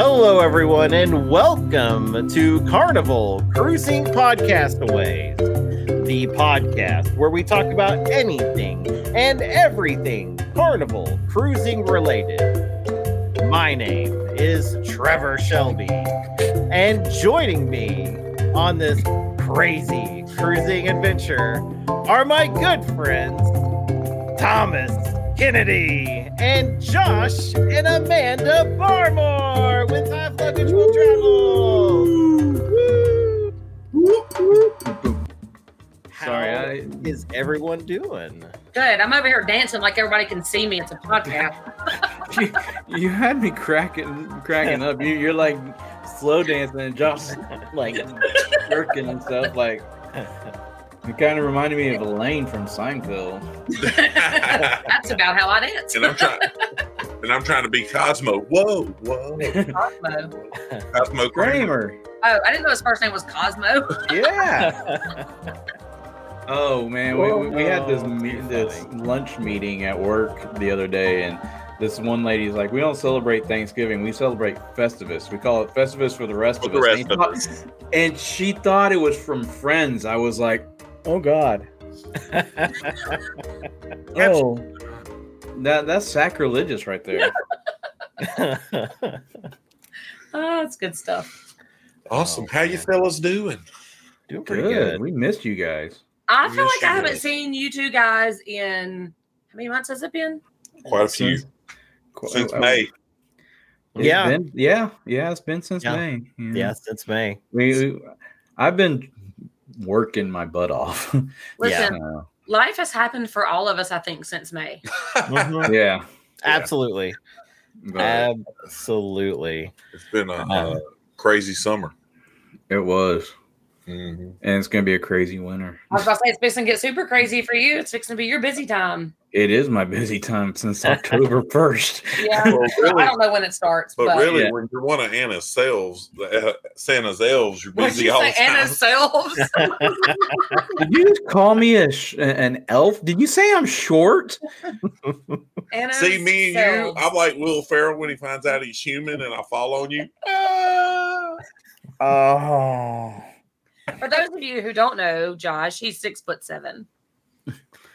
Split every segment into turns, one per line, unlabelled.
everyone, and welcome to Carnival Cruising Podcastaways, the podcast where we talk about anything and everything carnival cruising related. My name is Trevor Shelby, and joining me on this crazy cruising adventure are my good friends, Thomas Kennedy and Josh and Amanda Barmore with High Luggage Will Travel. Woo! How
Sorry, I-
is everyone doing?
Good. I'm over here dancing like everybody can see me. It's a podcast.
you, you had me cracking cracking up. You you're like slow dancing and Josh like jerking and stuff like it kind of reminded me of Elaine from Seinfeld.
and
That's about how I dance.
I'm trying and I'm trying to be Cosmo. Whoa, whoa.
Cosmo.
Cosmo Kramer.
Kramer.
Oh, I didn't know his first name was Cosmo.
Yeah. Oh man, we, we, we had this
Oh,
me-
too
this lunch meeting at work the other day, and this one lady's like, "We don't celebrate Thanksgiving. We celebrate Festivus. We call it Festivus for the rest
For
of
the
us."
rest
and, he
of
thought- and she thought it was from Friends. I was like, "Oh God, oh, that that's sacrilegious right there."
Oh, it's good stuff.
Awesome. How you fellas doing?
doing pretty
Pretty
good.
good. We missed you guys.
I feel
Yes,
like I
you
haven't
did.
seen you two guys in how many months has it been?
Quite a few.
Since-
uh,
qu-
Since
oh,
May.
it's
Yeah.
been- yeah, yeah. It's been since
Yeah.
May.
Yes, it's me.
we, we- I've been working my butt off.
Listen,
Uh,
life has happened for all of us, I think, since May.
yeah.
Absolutely.
but-
Uh, Absolutely.
It's been a uh, crazy summer.
It was,
Mm-hmm.
and it's gonna be a crazy winter.
I was about to say it's fixing to get super crazy for you. It's fixing to be your busy time.
It is my busy time since October first.
Yeah. I
really,
don't know when it starts, but,
but really,
Yeah.
when you're one of Anna's selves, uh, Santa's elves, you're
What'd
busy
you
all
say,
the time.
Anna's selves?
Did you just call me a sh- an elf? Did you say I'm short?
Anna's
See me and you,
selves.
I'm like Will Ferrell when he finds out he's human, and I fall on you.
Oh,
For those of you who don't know, Josh, he's six foot seven.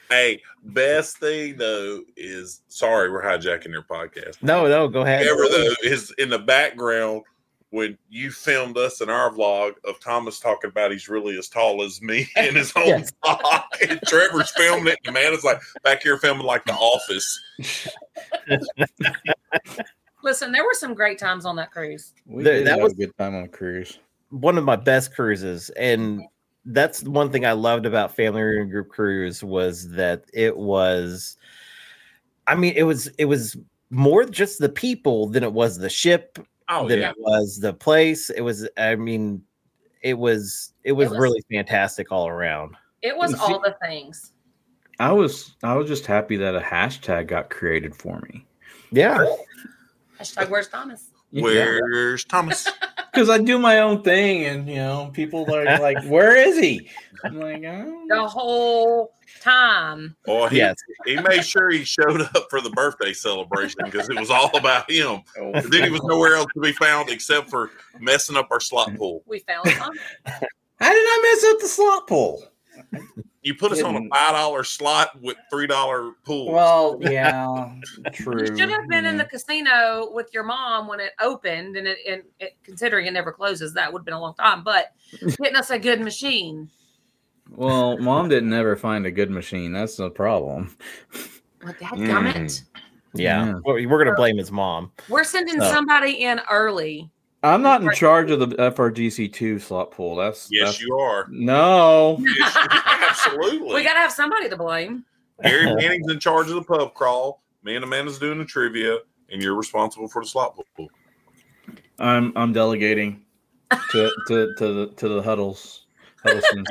Hey, best thing though is sorry, we're hijacking your podcast.
No, no, go ahead.
ever though is in the background when you filmed us in our vlog of Thomas talking about he's really as tall as me in his own
Yes.
vlog, and Trevor's filming it, and man is like back here filming like The Office.
Listen, there were some great times on that cruise.
we
There-
did
that
have
was-
a good time on a cruise.
One of my best cruises. And that's one thing I loved about Family Reunion Group Cruise was that it was, I mean, it was, it was more just the people than it was the ship,
Oh
than
yeah,
it was the place. It was, I mean, it was, it was,
was-
really fantastic all around.
It was
You see-
all the things.
I was I was just happy that a hashtag got created for me
Yeah.
Hashtag where's Thomas?
where's Thomas?
because I do my own thing, and you know, people are like, "Where is he?" I'm like, oh.
The whole time.
Oh, he,
Yes.
he made sure he showed up for the birthday celebration because it was all about him. Then he was nowhere else to be found except for messing up our slot pool.
We found Thomas.
How did I mess up the slot pool?
You put us on a
Didn't.
five dollar slot with three dollar pool.
Well, yeah, true.
you should have been in the casino with your mom when it opened and it, and it considering it never closes, that would have been a long time. But getting us a good machine.
Well, mom didn't ever find a good machine. That's the problem.
Well,
Mm.
dadgummit. it.
Yeah.
Yeah.
We're, we're going to blame his mom.
We're sending
So-
somebody in early.
I'm not in charge of the FRGC two slot pool. That's
yes,
that's-
you are.
No,
Yes, absolutely.
We gotta have somebody to blame.
Gary Manning's in charge of the pub crawl. Me and Amanda's doing the trivia, and you're responsible for the slot pool.
I'm I'm delegating to to to the to the huddles. Huddleston.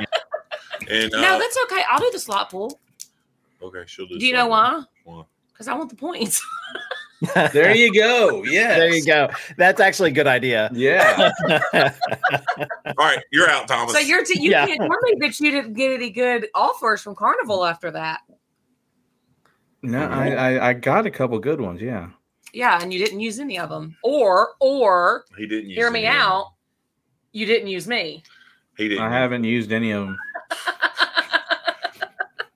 And uh,
No, that's okay. I'll do the slot pool.
okay, she'll do.
Do you know why?
Why?
Because I want the points.
there you go. Yeah,
There you go. That's actually a good idea.
Yeah,
All right, you're out, Thomas.
So you're t- you
Yeah.
can't tell me that you didn't get any good offers from Carnival after that.
no, I, I I got a couple good ones. Yeah,
Yeah, and you didn't use any of them. Or or
He didn't use
hear me
any of them.
out. You didn't use me.
He didn't.
I haven't used any of them.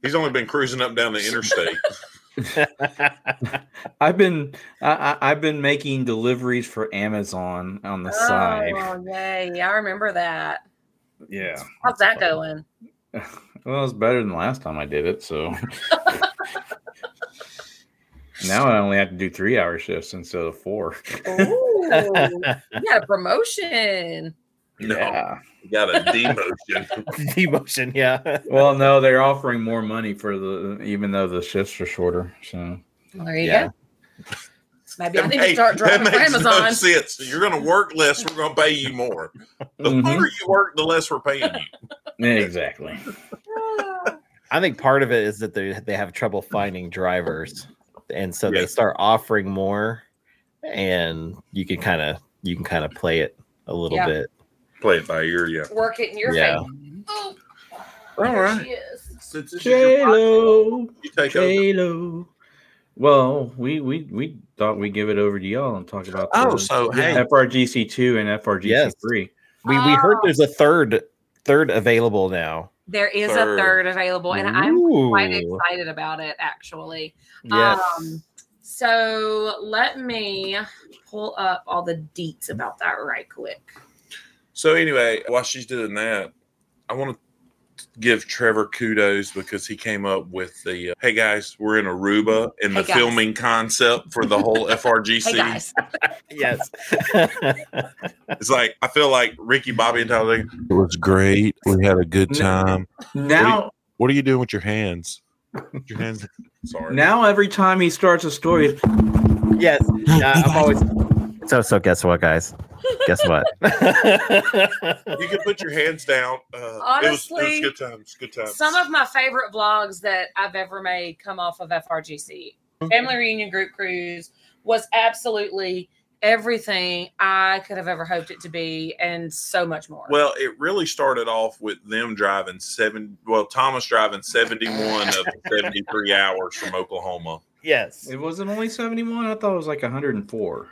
He's only been cruising up down the interstate.
Oh.
I've been I, I, I've been making deliveries for Amazon on the side.
Oh, yay. I remember that.
Yeah.
How's that going?
Well, it's better than last time I did it. So now I only have to do three hour shifts instead of four.
Ooh, you got a promotion.
No.
Yeah.
Got a demotion.
Demotion, yeah.
Well, no, they're offering more money for the even though the shifts are shorter. So
Well, there you
Yeah.
go. Maybe I
That
need to
makes-
start driving
that
for
makes no
Amazon.
sense. You're going to work less. We're going to pay you more. The
Mhm.
harder you work, the less we're paying you.
exactly.
I think part of it is that they they have trouble finding drivers, and so
Yeah.
they start offering more, and you can kind of you can kind of play it a little
Yeah.
bit.
Play it by ear, yeah.
Work it in your
Yeah.
face. Oh,
All
there
right.
she is.
Since this is your podcast,
J-Lo,
you take over.
J-Lo. Well, we we we thought we'd give it over to y'all and talk about
Oh,
the
so hey,
FRGC two and FRGC three.
We we
Ah.
heard there's a third third available now.
There is
Third.
a third available, and I'm quite
Ooh.
excited about it, actually.
Yes.
Um, so let me pull up all the deets about that right quick.
So anyway, while she's doing that, I want to give Trevor kudos because he came up with the uh, "Hey guys, we're in Aruba" and
Hey,
the
guys.
filming concept for the whole FRGC.
Hey guys,
yes.
It's like I feel like Ricky, Bobby, and Tyler. It was great. We had a good
time. Now
What are you doing with your hands? Your hands. Sorry.
now every time he starts a story, it's,
yes. Uh, I'm always so so. Guess what, guys? Guess what?
you can put your hands down. Uh, it, was,
Honestly,
it was good times. Good times.
some of my favorite vlogs that I've ever made come off of FRGC. Family reunion group cruise was absolutely everything I could have ever hoped it to be, and so much more.
Well, it really started off with them driving seven. Well, Thomas driving seventy-one of the seventy-three hours from Oklahoma.
yes.
it wasn't only seventy one. I thought it was like hundred and four.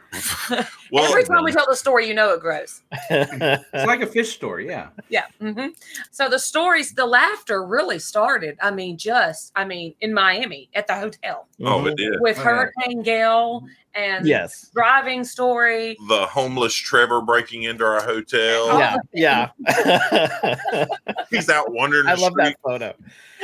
Well,
every time we tell the story, you know it grows.
It's like a fish story. Yeah.
Yeah. hmm So the stories, the laughter really started. I mean, just, I mean, in Miami at the hotel
Mm-hmm.
oh, it did.
with
Oh, yeah.
Hurricane Gail and
yes.
driving story.
The homeless Trevor breaking into our hotel.
Yeah. Yeah.
He's out wandering. The
I love
street,
that photo.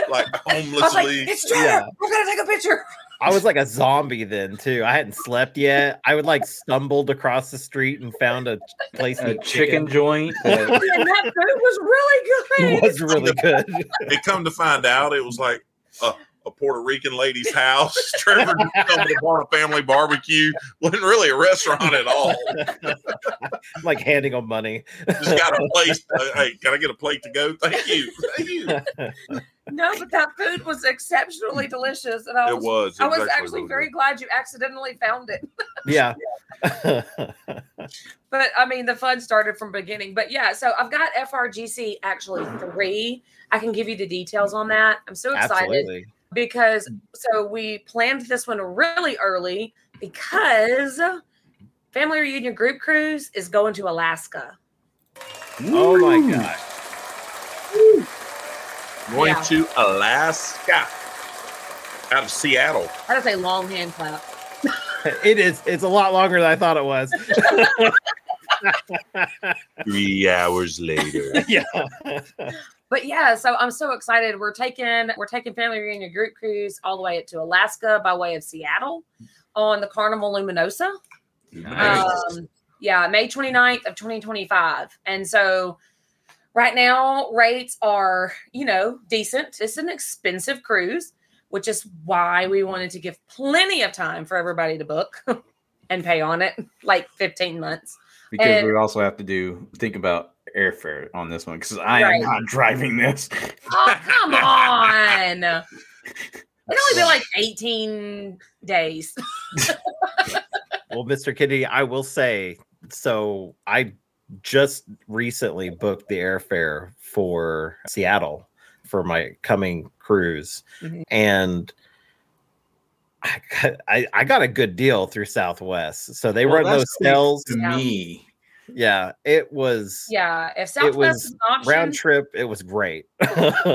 Like
I was like,
homelessly.
it's Trevor.
Yeah.
I'm going to take a picture.
I was like a zombie then too. I hadn't slept yet. I would like stumbled across the street and found a place to
A
eat
chicken joint. that-
and that food was really
It
good.
was really good.
it come to find out, it was like a, a Puerto Rican lady's house. Trevor stumbled upon a family barbecue. wasn't really a restaurant at all.
I'm like handing them money.
Just got a place. uh, hey, can I get a plate to go? Thank you. Thank you.
No, but that food was exceptionally delicious. And I
It
was,
was.
I
It
was actually
really
very
good.
glad you accidentally found it.
Yeah.
But I mean, the fun started from beginning. But yeah, so I've got FRGC actually three. I can give you the details on that. I'm so excited.
Absolutely.
because so we planned this one really early because family reunion group cruise is going to Alaska.
Oh my god.
Going
Yeah.
to Alaska out of Seattle.
I don't say long hand clap.
It is it's a lot longer than I thought it was.
Three hours later.
yeah.
But yeah, so I'm so excited. We're taking we're taking family reunion group cruise all the way up to Alaska by way of Seattle on the Carnival Luminosa.
Nice.
Um, yeah, May 29th of 2025. And so right now rates are, you know, decent. It's an expensive cruise, which is why we wanted to give plenty of time for everybody to book and pay on it, like 15 months.
because
and-
we also have to do think about airfare on this one because I
Right.
am not driving this.
Oh, come on. It'd only be like 18 days.
Well, Mr. Kitty, I will say so I just recently booked the airfare for Seattle for my coming cruise
Mhm.
and I got, I, I got a good deal through Southwest. So they
Well,
run
that's
those sales.
to
Yeah.
me.
Yeah, it was
Yeah, if Southwest
was
is an option,
round trip. It was great.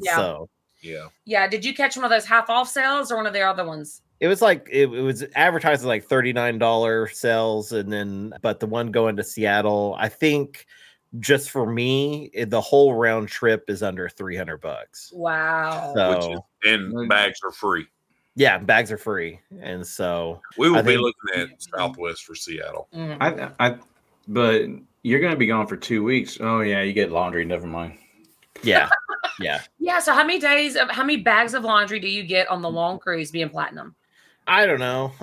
So
Yeah.
yeah. Did you catch one of those half off sales or one of the other ones?
it was like it, it was advertised as like $39 sales. And then, but the one going to Seattle, I think just for me, it, the whole round trip is under 300 bucks.
Wow.
So
Which is- And bags are free.
yeah, bags are free. And so
We will
I
be
think-
looking at Southwest for Seattle.
Mm.
I, I, but you're gonna be gone for two weeks. Oh yeah, you get laundry. Never mind.
yeah, yeah.
Yeah. So how many days of how many bags of laundry do you get on the long cruise being platinum?
I don't know.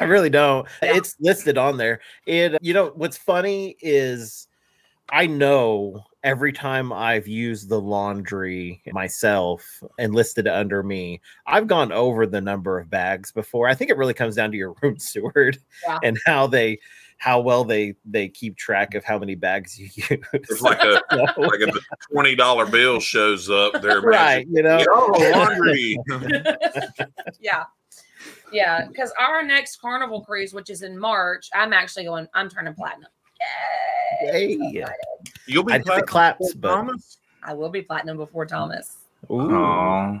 I really don't.
Yeah.
It's listed on there. It you know what's funny is I know every time I've used the laundry myself and listed it under me, I've gone over the number of bags before. I think it really comes down to your room steward
Yeah.
and how they how well they they keep track of how many bags you
It's
use.
like a
So,
like if the twenty dollar bill shows up, they're
right, you know.
imagining, Oh, laundry.
Yeah. Yeah. Because our next carnival cruise, which is in March, I'm actually going, I'm turning platinum. Yay.
Hey,
You'll be
I did the
clapping,
claps, but
Thomas.
I will be platinum before Thomas.
Ooh.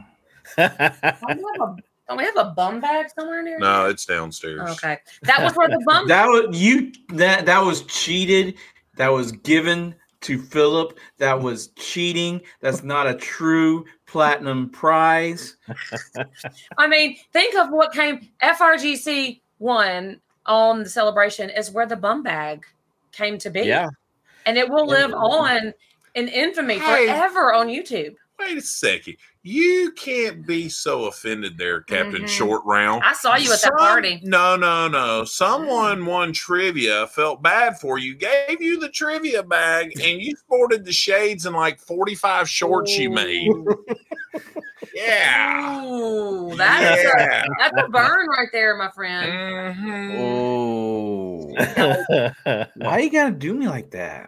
Oh,
Don't we have a, don't we have a bum bag somewhere near?
No,
here?
it's downstairs.
Okay. That was where the bum
that was you. That that was cheated. That was given to Philip. That was cheating. That's not a true platinum prize.
I mean, think of what came FRGC one on the celebration is where the bum bag came to be.
yeah.
And it will live on in infamy
Hey.
forever on YouTube.
Wait a second. You can't be so offended there, Captain
Mhm.
Short Round.
I saw you at that
Some-
party.
No, no, no. Someone won trivia, felt bad for you, gave you the trivia bag, and you sported the shades and like 45 shorts you made.
Ooh.
Yeah.
Ooh, that is a,
yeah.
that's a burn right there, my friend.
Mhm.
Oh,
Mm.
why you gotta do me like that?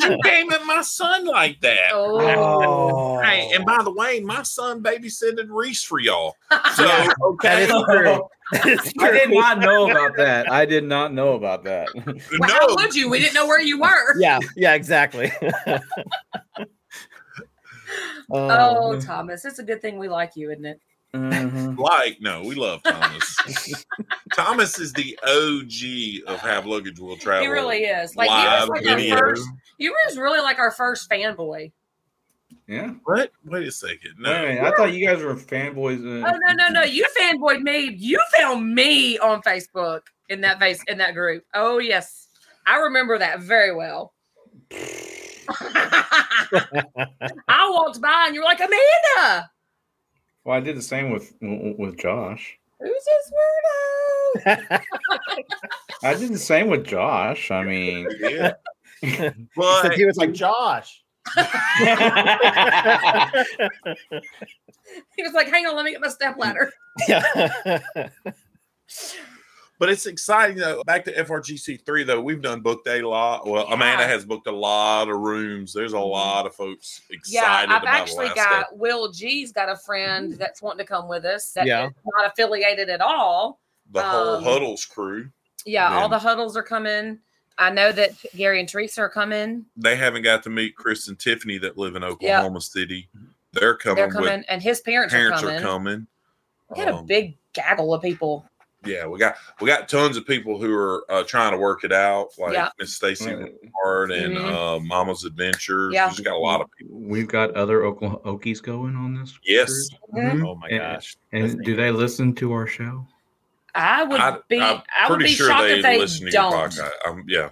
You came at my son like that.
oh,
Hey, and by the way, my son babysitted Reese for y'all. So,
Yeah. That
okay.
is true. That is
I did
true.
not know about that. I did not know about that.
well,
no,
how would you? We didn't know where you were.
yeah, yeah, exactly.
Oh,
Um,
Thomas, it's a good thing we like you, isn't it?
Mhm.
like no we love thomas thomas is the og of have luggage will travel
He really is. Like
live
he was like
video.
our first. He was really like our first fanboy.
Yeah.
what wait a second no
Wait a minute, I thought you guys were fanboys. uh,
Oh no no no! You fanboyed me. You found me on Facebook in that face in that group. Oh yes, I remember that very well. I walked by and you were like Amanda.
Well, I did the same with with Josh.
Who's this weirdo?
I did the same with Josh. I mean,
yeah.
Since
but
he was like Josh.
He was like, "Hang on, let me get my step ladder."
yeah.
but it's exciting though back to frgc3 though we've done booked a lot well amanda
Yeah.
has booked a lot of rooms there's a lot of folks
Yeah,
excited
I've
about
actually
Alaska.
got Will G's got a friend that's wanting to come with us. That's
Yeah.
not affiliated at all.
the whole
um,
huddles crew
Yeah, all
Then-
the huddles are coming. I know that Gary and Teresa are coming.
they haven't got to meet chris and tiffany that live in oklahoma city they're coming
They're
with
coming, and his parents,
parents
are coming.
are coming
We had a
Um,
big gaggle of people.
yeah, we got we got tons of people who are uh, trying to work it out, like
Yeah.
Miss Stacy
uh,
Ward and
Mhm.
uh, Mama's Adventures.
Yeah.
Yeah. We've got a lot of people.
we've got other Oklahoma Okies going on this.
Yes.
cruise?
Mm-hmm.
Mhm.
Oh my gosh.
And do they listen to our show?
I would
I-
be.
I'm
i would
pretty
be
sure
shocked
they
if they
listen to your
don't.
podcast. Um, yeah,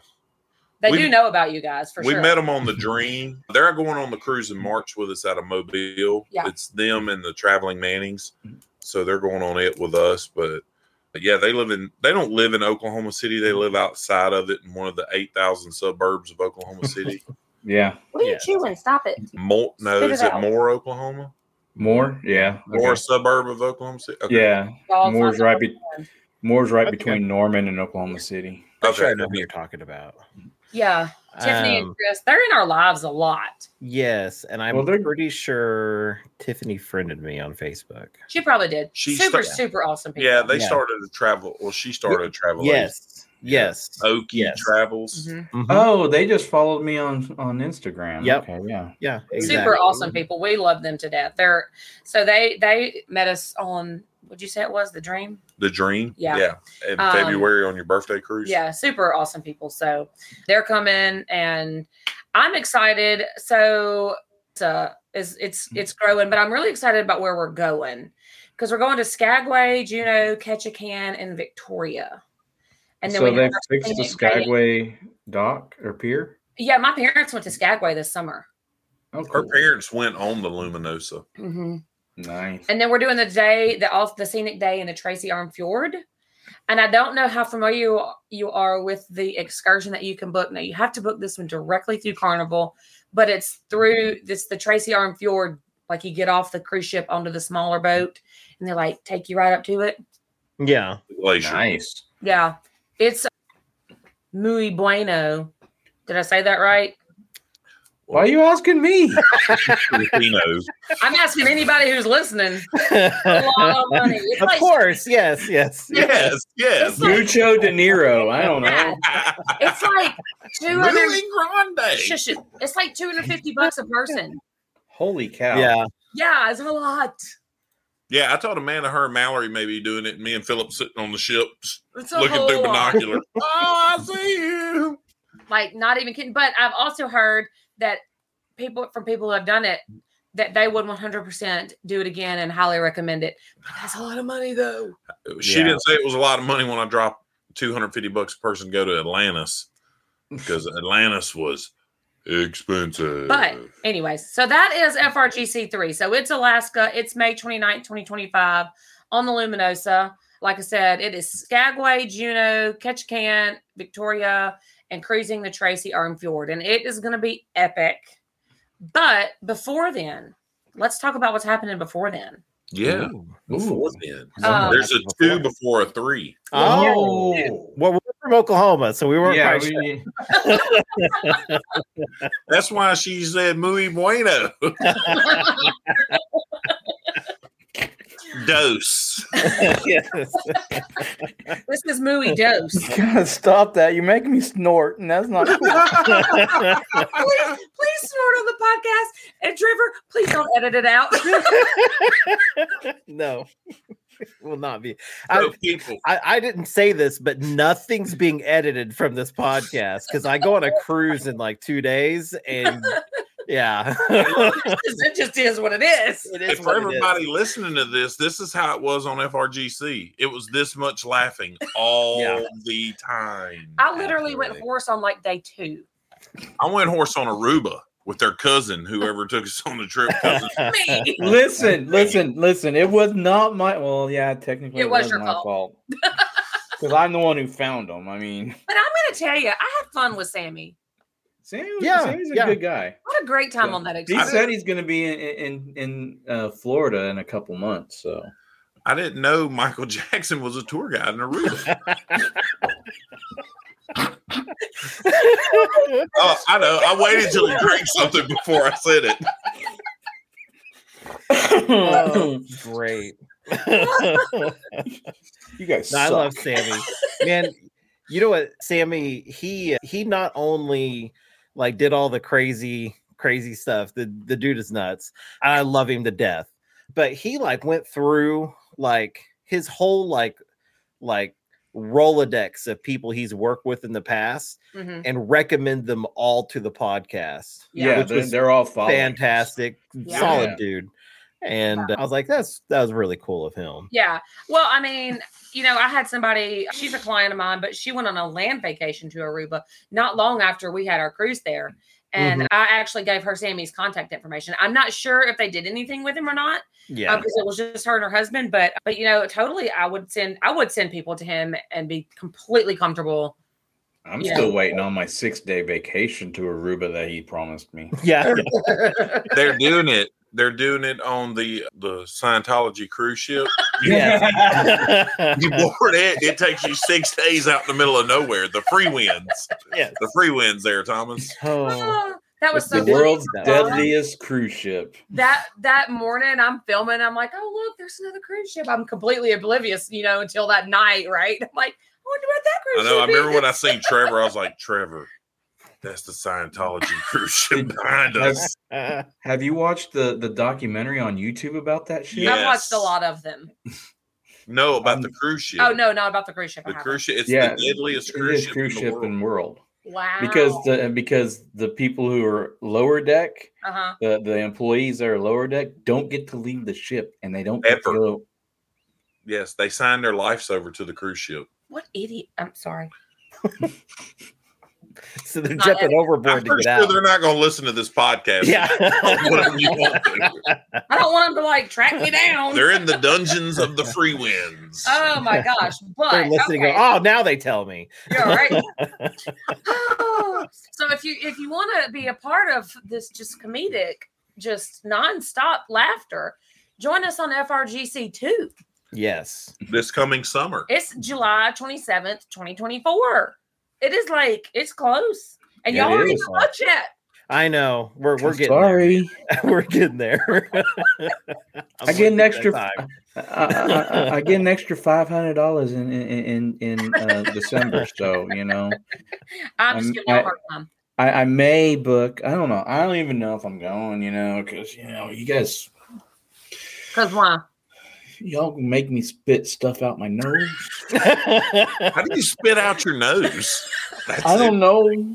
They
We-
do know about you guys for
we
sure.
met them on the Dream. They're going on the cruise in March with us out of Mobile.
Yeah.
It's them and the Traveling Mannings,
Mm-hmm.
so they're going on it with us. But, but yeah, they live in they don't live in Oklahoma City. They live outside of it in one of the eight thousand suburbs of Oklahoma City.
Yeah.
what are you
Yeah.
chewing? Stop it.
Mort, no,
Spit it
is it
out.
more Oklahoma?
More? Yeah.
Or a
Okay.
suburb of Oklahoma City?
Yeah.
Y'all, it's
Moore's
not-
right, be- Moore's right
Okay.
between Norman and Oklahoma City.
I'm
Okay.
sure I know who you're talking about.
Yeah. Tiffany and
Um,
Chris, they're in our lives a lot.
yes, and I'm
Well, they're-
pretty sure Tiffany friended me on Facebook.
She probably did.
She
super,
sta-
super awesome people.
Yeah, they
Yeah.
started to travel. Well, she started a Oh. travel. agency.
Yes, yes.
Okie
Yes.
travels.
Mhm.
Mhm.
Oh, they just followed me on on Instagram.
Yep.
Okay, yeah.
Yeah,
Super awesome people. We love them to death. They're so they they met us on what'd you say it was the dream?
The Dream.
Yeah.
In
Um,
February on your birthday cruise.
Yeah, super awesome people. So they're coming, and I'm excited. So it's uh, is it's it's growing, but I'm really excited about where we're going because we're going to Skagway, Juneau, Ketchikan, and Victoria. And then
so
we
they
have our
fixed the
honeymoon day.
Skagway dock or pier.
Yeah, my parents went to Skagway this summer.
Oh,
Her
cool.
parents went on the Luminosa.
Nice.
And then we're doing the day, the off the scenic day in the Tracy Arm Fjord. And I don't know how familiar you, you are with the excursion that you can book. Now you have to book this one directly through Carnival, but it's through this the Tracy Arm Fjord. Like you get off the cruise ship onto the smaller boat, and they like take you right up to it.
Yeah,
Glacier.
Nice.
Yeah, it's muy bueno. Did I say that right?
Why are you asking me?
Filipinos.
I'm asking anybody who's listening. A lot of money. It's
of
like-
course. Yes, yes.
yes,
It's
yes.
Mucho De Niro. I don't know.
Yeah, it's like two hundred.
Really grande.
Shush it. It's like 250 bucks a person.
Holy cow.
Yeah.
Yeah, it's a lot.
Yeah, I told Amanda her and Mallory may be doing it. and Me and Philip sitting on the ship s-
It's a
looking
whole
through
lot.
binoculars. oh, I see you.
Like, not even kidding. But I've also heard that people from people who have done it that they would 100% do it again and highly recommend it. But that's a lot of money, though.
She
Yeah.
didn't say it was a lot of money when I dropped 250 bucks a person to go to Atlantis because Atlantis was expensive.
But anyways, so that is FRGC3. So it's Alaska. It's May 29th, 2025 on the Luminosa. Like I said, it is Skagway, Juneau, Ketchikan, Victoria, and cruising the Tracy Arm Fjord. And it is going to be epic. But before then, let's talk about what's happening before then.
yeah,
Ooh.
before then,
Um,
there's a two before a three.
Oh. Well, we're from Oklahoma, so we weren't
yeah.
quite
we-
That's why she said muy bueno. Dose.
sure. Yes.
This is Mooey Dose.
You gotta stop that. You make me snort, and that's not.
please, please snort on the podcast. And Trevor, please don't edit it out.
no. Will not be.
So
I,
people,
I, I didn't say this, but nothing's being edited from this podcast because I go on a cruise in like two days, and yeah,
it just is what it is.
it
and for
what it
everybody listening to this, this is how it was on FRGC. It was this much laughing all
Yeah.
the time.
I literally went horse on like day two.
I went horse on Aruba with their cousin, whoever took us on the trip. Cousin.
Me.
listen, listen, listen. It was not my. Well, yeah, technically,
It
it
was
was
your
my
fault.
fault. Because I'm the one who found him. I mean,
But I'm going to tell you, I had fun with Sammy.
Sam,
Yeah,
Sammy's a
yeah.
good guy.
What a great time
Yeah.
on that
He
excursion.
said he's going to be in in, in uh, Florida in a couple months. So
I didn't know Michael Jackson was a tour guide in Aruba. oh, I know. I waited till he drank something before I said it.
Oh, great.
you guys
No, I
suck.
love Sammy. Man, you know what, Sammy? He he not only like did all the crazy crazy stuff. The the dude is nuts. I love him to death. But he like went through like his whole like like Rolodex of people he's worked with in the past
Mhm.
and recommend them all to the podcast.
yeah,
Which
they're,
was
they're all following.
Fantastic,
Yeah.
solid
Yeah.
dude. And uh, I was like, that's that was really cool of him.
Yeah. Well, I mean, you know, I had somebody, she's a client of mine, but she went on a land vacation to Aruba not long after we had our cruise there. And
Mm-hmm.
I actually gave her Sammy's contact information. I'm not sure if they did anything with him or not.
Yeah.
because it was just her and her husband. But but you know, totally, I would send I would send people to him and be completely comfortable.
I'm
Yeah.
still waiting on my six day vacation to Aruba that he promised me.
Yeah.
They're doing it. they're doing it on the the Scientology cruise ship.
Yes.
You board it, it takes you six days out in the middle of nowhere. The free winds,
Yes.
the free winds there, Thomas.
Oh.
Ah, that was
It's
so uh,
funny.
the world's
That-
deadliest cruise ship.
that that morning I'm filming. I'm like, oh look, there's another cruise ship. I'm completely oblivious, you know, until that night, right? I'm like, I wonder what that
I
cruise
know. I
ship
remember
is.
when I seen Trevor, I was like, Trevor, that's the Scientology cruise ship behind
Have,
us.
Uh,
have you watched the the documentary on YouTube about that ship?
Yeah.
I've watched a
Yes.
lot of them.
No, about
Um,
the cruise ship.
Oh no, not about the cruise ship. I
the
haven't.
cruise ship. It's
Yeah,
the deadliest
It
cruise
is
ship,
cruise
in the
ship
world.
in world.
Wow.
Because the because the people who are lower deck,
uh-huh.
the, the employees that are lower deck, don't get to leave the ship and they don't get to
Ever.
go
Yes, they signed their lives over to the cruise ship.
What idiot? I'm sorry.
so they're
Not
jumping
I'm
overboard to
pretty
get
sure
out.
they're not going to listen to this podcast.
Yeah.
Whatever you want to.
I don't want them to like track me down.
They're in the dungeons of the free winds.
oh my gosh. But
They're listening.
okay.
Go, oh, now they tell me.
You're right. Oh, so if you if you want to be a part of this just comedic, just nonstop laughter, join us on FRGC two.
Yes.
This coming summer.
It's July twenty seventh, twenty twenty four. It is like it's close, and
It
y'all aren't
is.
even much yet.
I know. We're we're
I'm
getting
sorry.
there. we're getting there.
I get an extra.
time.
I, I- I- I get an extra five hundred dollars in in in, in uh, December. So you know,
I'm
Um,
just giving y'all
I-
a hard time.
I, I may book. I don't know. I don't even know if I'm going. You know, because you know, you guys,
Cause why?
y'all make me spit stuff out my nose.
How do you spit out your nose? That's,
I don't know.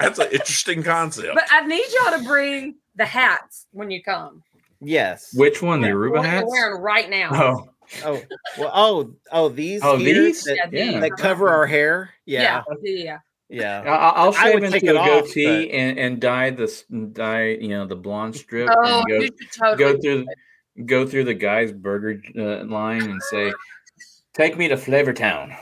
that's an interesting concept.
But I need y'all to bring the hats when you come.
yes.
Which one? The
What
Aruba
you're
hats?
wearing right now.
Oh,
oh, well, oh, oh, these
Oh,
ears
these?
that,
Yeah.
that cover our hair. Yeah.
yeah, yeah.
Yeah.
I, I'll
I would
shave
take
into
it
a
off,
goatee and and dye this dye. You know, the blonde strip.
Oh,
and go,
you should totally
go through go through the guy's burger uh, line and say take me to flavor town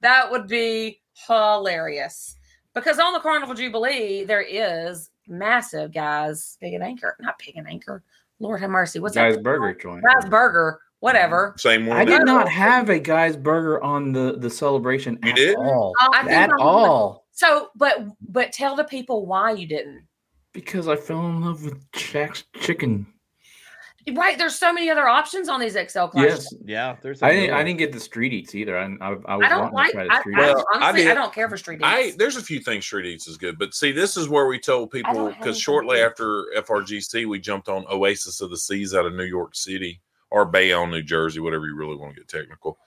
That would be hilarious. Because on the Carnival Jubilee, there is massive guys, pig and anchor, not pig and anchor. Lord have mercy. What's
guy's
that?
burger joint
Guys Burger, whatever.
Same one.
i
that-
did not have a guy's burger on the the celebration
You
at
didn't?
all
Oh, I think
at
I would.
all
So, but but tell the people why you didn't.
because i fell in love with Shaq's chicken
Right? There's so many other options on these XL classes.
yes
Yeah. There's.
i
some
didn't
good
i
ones.
didn't get the street eats either i, I, I was
I don't
wanting to try
like. I,
the street
I-
Well, I
honestly, I,
did-
don't care for street
I
eats.
there's a few things Street Eats is good, but see, this is where we told people
have anything
because shortly
to eat.
after FRGC, we jumped on Oasis of the Seas out of New York City or Bayonne, New Jersey, whatever you really want to get technical.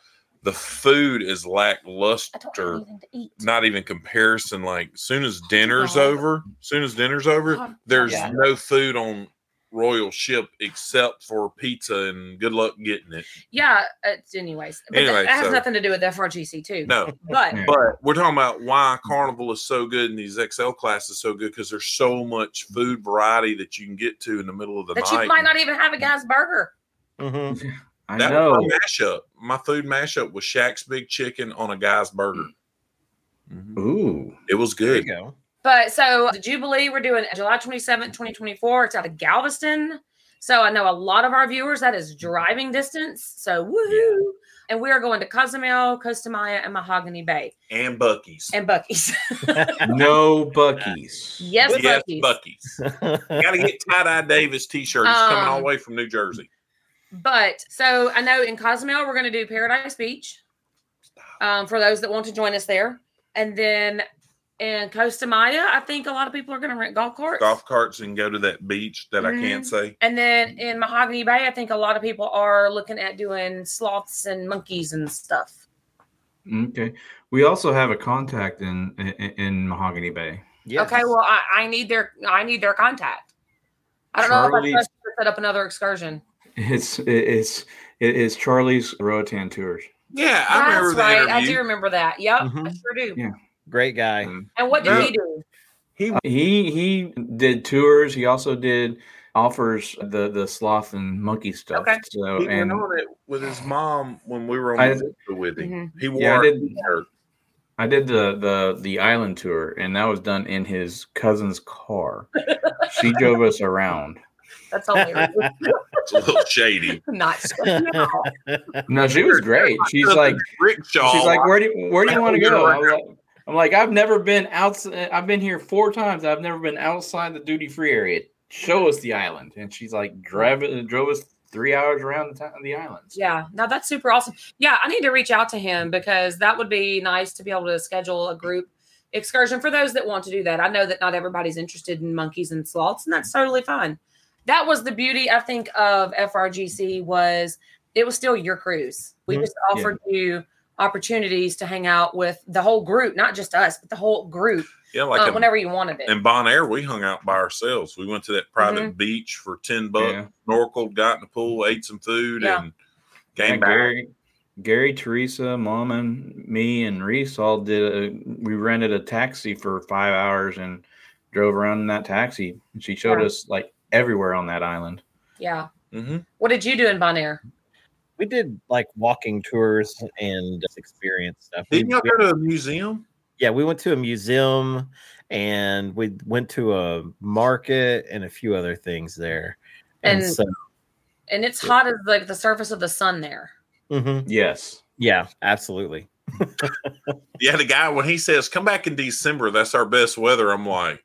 The food
I don't
is
have
lackluster,
anything to eat.
not even comparison. Like soon as dinner's
Oh God. Oh,
over, soon as dinner's over,
God.
there's
Yeah.
no food on Royal Ship except for pizza, and good luck getting it.
Yeah. It's anyways, but
Anyway,
that, that has
so-
nothing to do with FRGC too.
No,
But
Yeah.
But we're talking about why Carnival is so good and these XL classes so good because there's so much food variety that you can get to in the middle of the
that
night.
you might not even have a guy's burger.
Mhm.
i
that
know
was my mashup. My food mashup was Shaq's Big Chicken on a guy's burger.
Mm.
Mm-hmm.
Mhm.
ooh
It was
There you
good.
go.
But so the Jubilee, we're doing July 27th, 2024. It's out of Galveston. So I know a lot of our viewers, that is driving distance. So woohoo. And we are going to Cozumel, Costa Maya, and Mahogany Bay
And Bucky's.
and Bucky's.
no buckies
yes,
yes,
Bucky's.
Bucky's. Got to get Tie Dye Davis t shirt. It's coming all
Um,
the way from New Jersey.
But so I know in Cozumel, we're going to do Paradise Beach um, for those that want to join us there. And then in Costa Maya, I think a lot of people are going to rent golf carts.
Golf carts and go to that beach that I can't
Mhm.
say.
And then in Mahogany Bay, I think a lot of people are looking at doing sloths and monkeys and stuff.
okay we also have a contact in in, in mahogany bay
Yes.
Okay, well, I, I need their I need their contact. I don't know if I
Charlie's-
trust you to set up another excursion.
It's it's it is Charlie's Roatan tours.
Yeah, I
That's
remember the
right. I
interview. Mm-hmm.
do remember that. Yep, I
Mhm.
sure do.
Yeah.
great guy.
And what did
Yeah.
he do?
He he he did tours. He also did offers the the sloth and monkey stuff.
Okay.
So
He
Oh, and
went on it with his mom when we were on
I-
Mm-hmm.
Mm-hmm.
the trip with him. He wore
yeah, I
a
did.
shirt.
I did the the the island tour, and that was done in his cousin's car. she drove us around.
That's hilarious.
It's a little shady.
Not stressing at all.
No, she was great. She's like,
rickshaw.
she's like, where do you, where do you want to go? Oh, I was like, I'm like, I've never been outside. I've been here four times. I've never been outside the duty free area. Show us the island. And she's like, drive drove us three hours around the, town, the islands.
Yeah, now that's super awesome. Yeah, I need to reach out to him because that would be nice to be able to schedule a group excursion for those that want to do that. I know that not everybody's interested in monkeys and sloths, and that's totally fine. That was the beauty, I think, of FRGC was it was still your cruise. We
Mhm,
just
yeah.
offered you opportunities to hang out with the whole group, not just us, but the whole group
yeah, like
uh,
in-
whenever you wanted it.
in Bon Air, we hung out by ourselves. We went to that private
Mm-hmm.
beach for ten bucks,
Yeah.
snorkeled, got in the pool, ate some food,
Yeah.
and
Yeah,
came back.
Gary, Gary, Teresa, mom, and me and Reese all did. A, we rented a taxi for five hours and drove around in that taxi. And she showed
Yeah.
us like everywhere on that island.
yeah.
hmm
What did you do in Bonaire?
We did like walking tours and just experience stuff. We-
Didn't y'all
we-
go to a museum?
yeah, we went to a museum and we went to a market and a few other things there. And,
And-
so,
And it's hot as like the surface of the sun there.
mhm.
Yes.
yeah, absolutely.
Yeah, the guy when he says come back in December, that's our best weather. I'm like,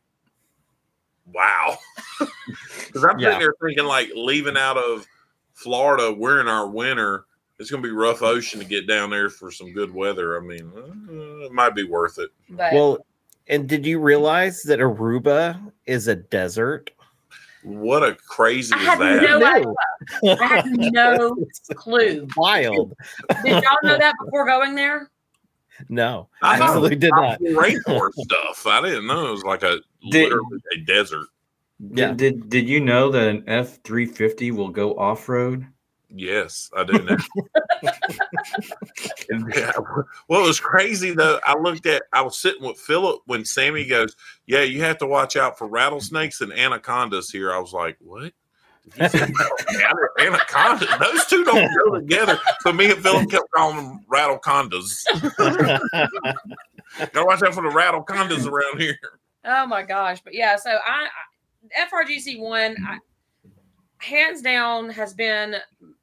wow, because I'm
Yeah.
sitting there thinking like leaving out of Florida, we're in our winter. It's going to be rough ocean to get down there for some good weather. I mean, uh, it might be worth it.
But
Well, and did you realize that Aruba is a desert?
What a crazy
I
is
had
that?
no idea. I had no clue.
Wild.
Did y'all know that before going there? Oh
No,
I thought it was
absolutely did not.
tropical rainforest stuff. I didn't know it was like a
Did-
literally a desert.
Did-
Yeah.
Did, did you know that an F three fifty will go off road?
Yes, I do now. And, yeah, well, it was crazy though. I looked at. I was sitting with Philip when Sammy goes, "Yeah, you have to watch out for rattlesnakes and anacondas here." I was like, "What?" Did you say rattlesnake and Anaconda. Those two don't go together. So me and Philip kept calling them rattlecondas. Gotta watch out for the rattlecondas around here.
Oh my gosh! But yeah, so I, I FRGC one, I, hands down, has been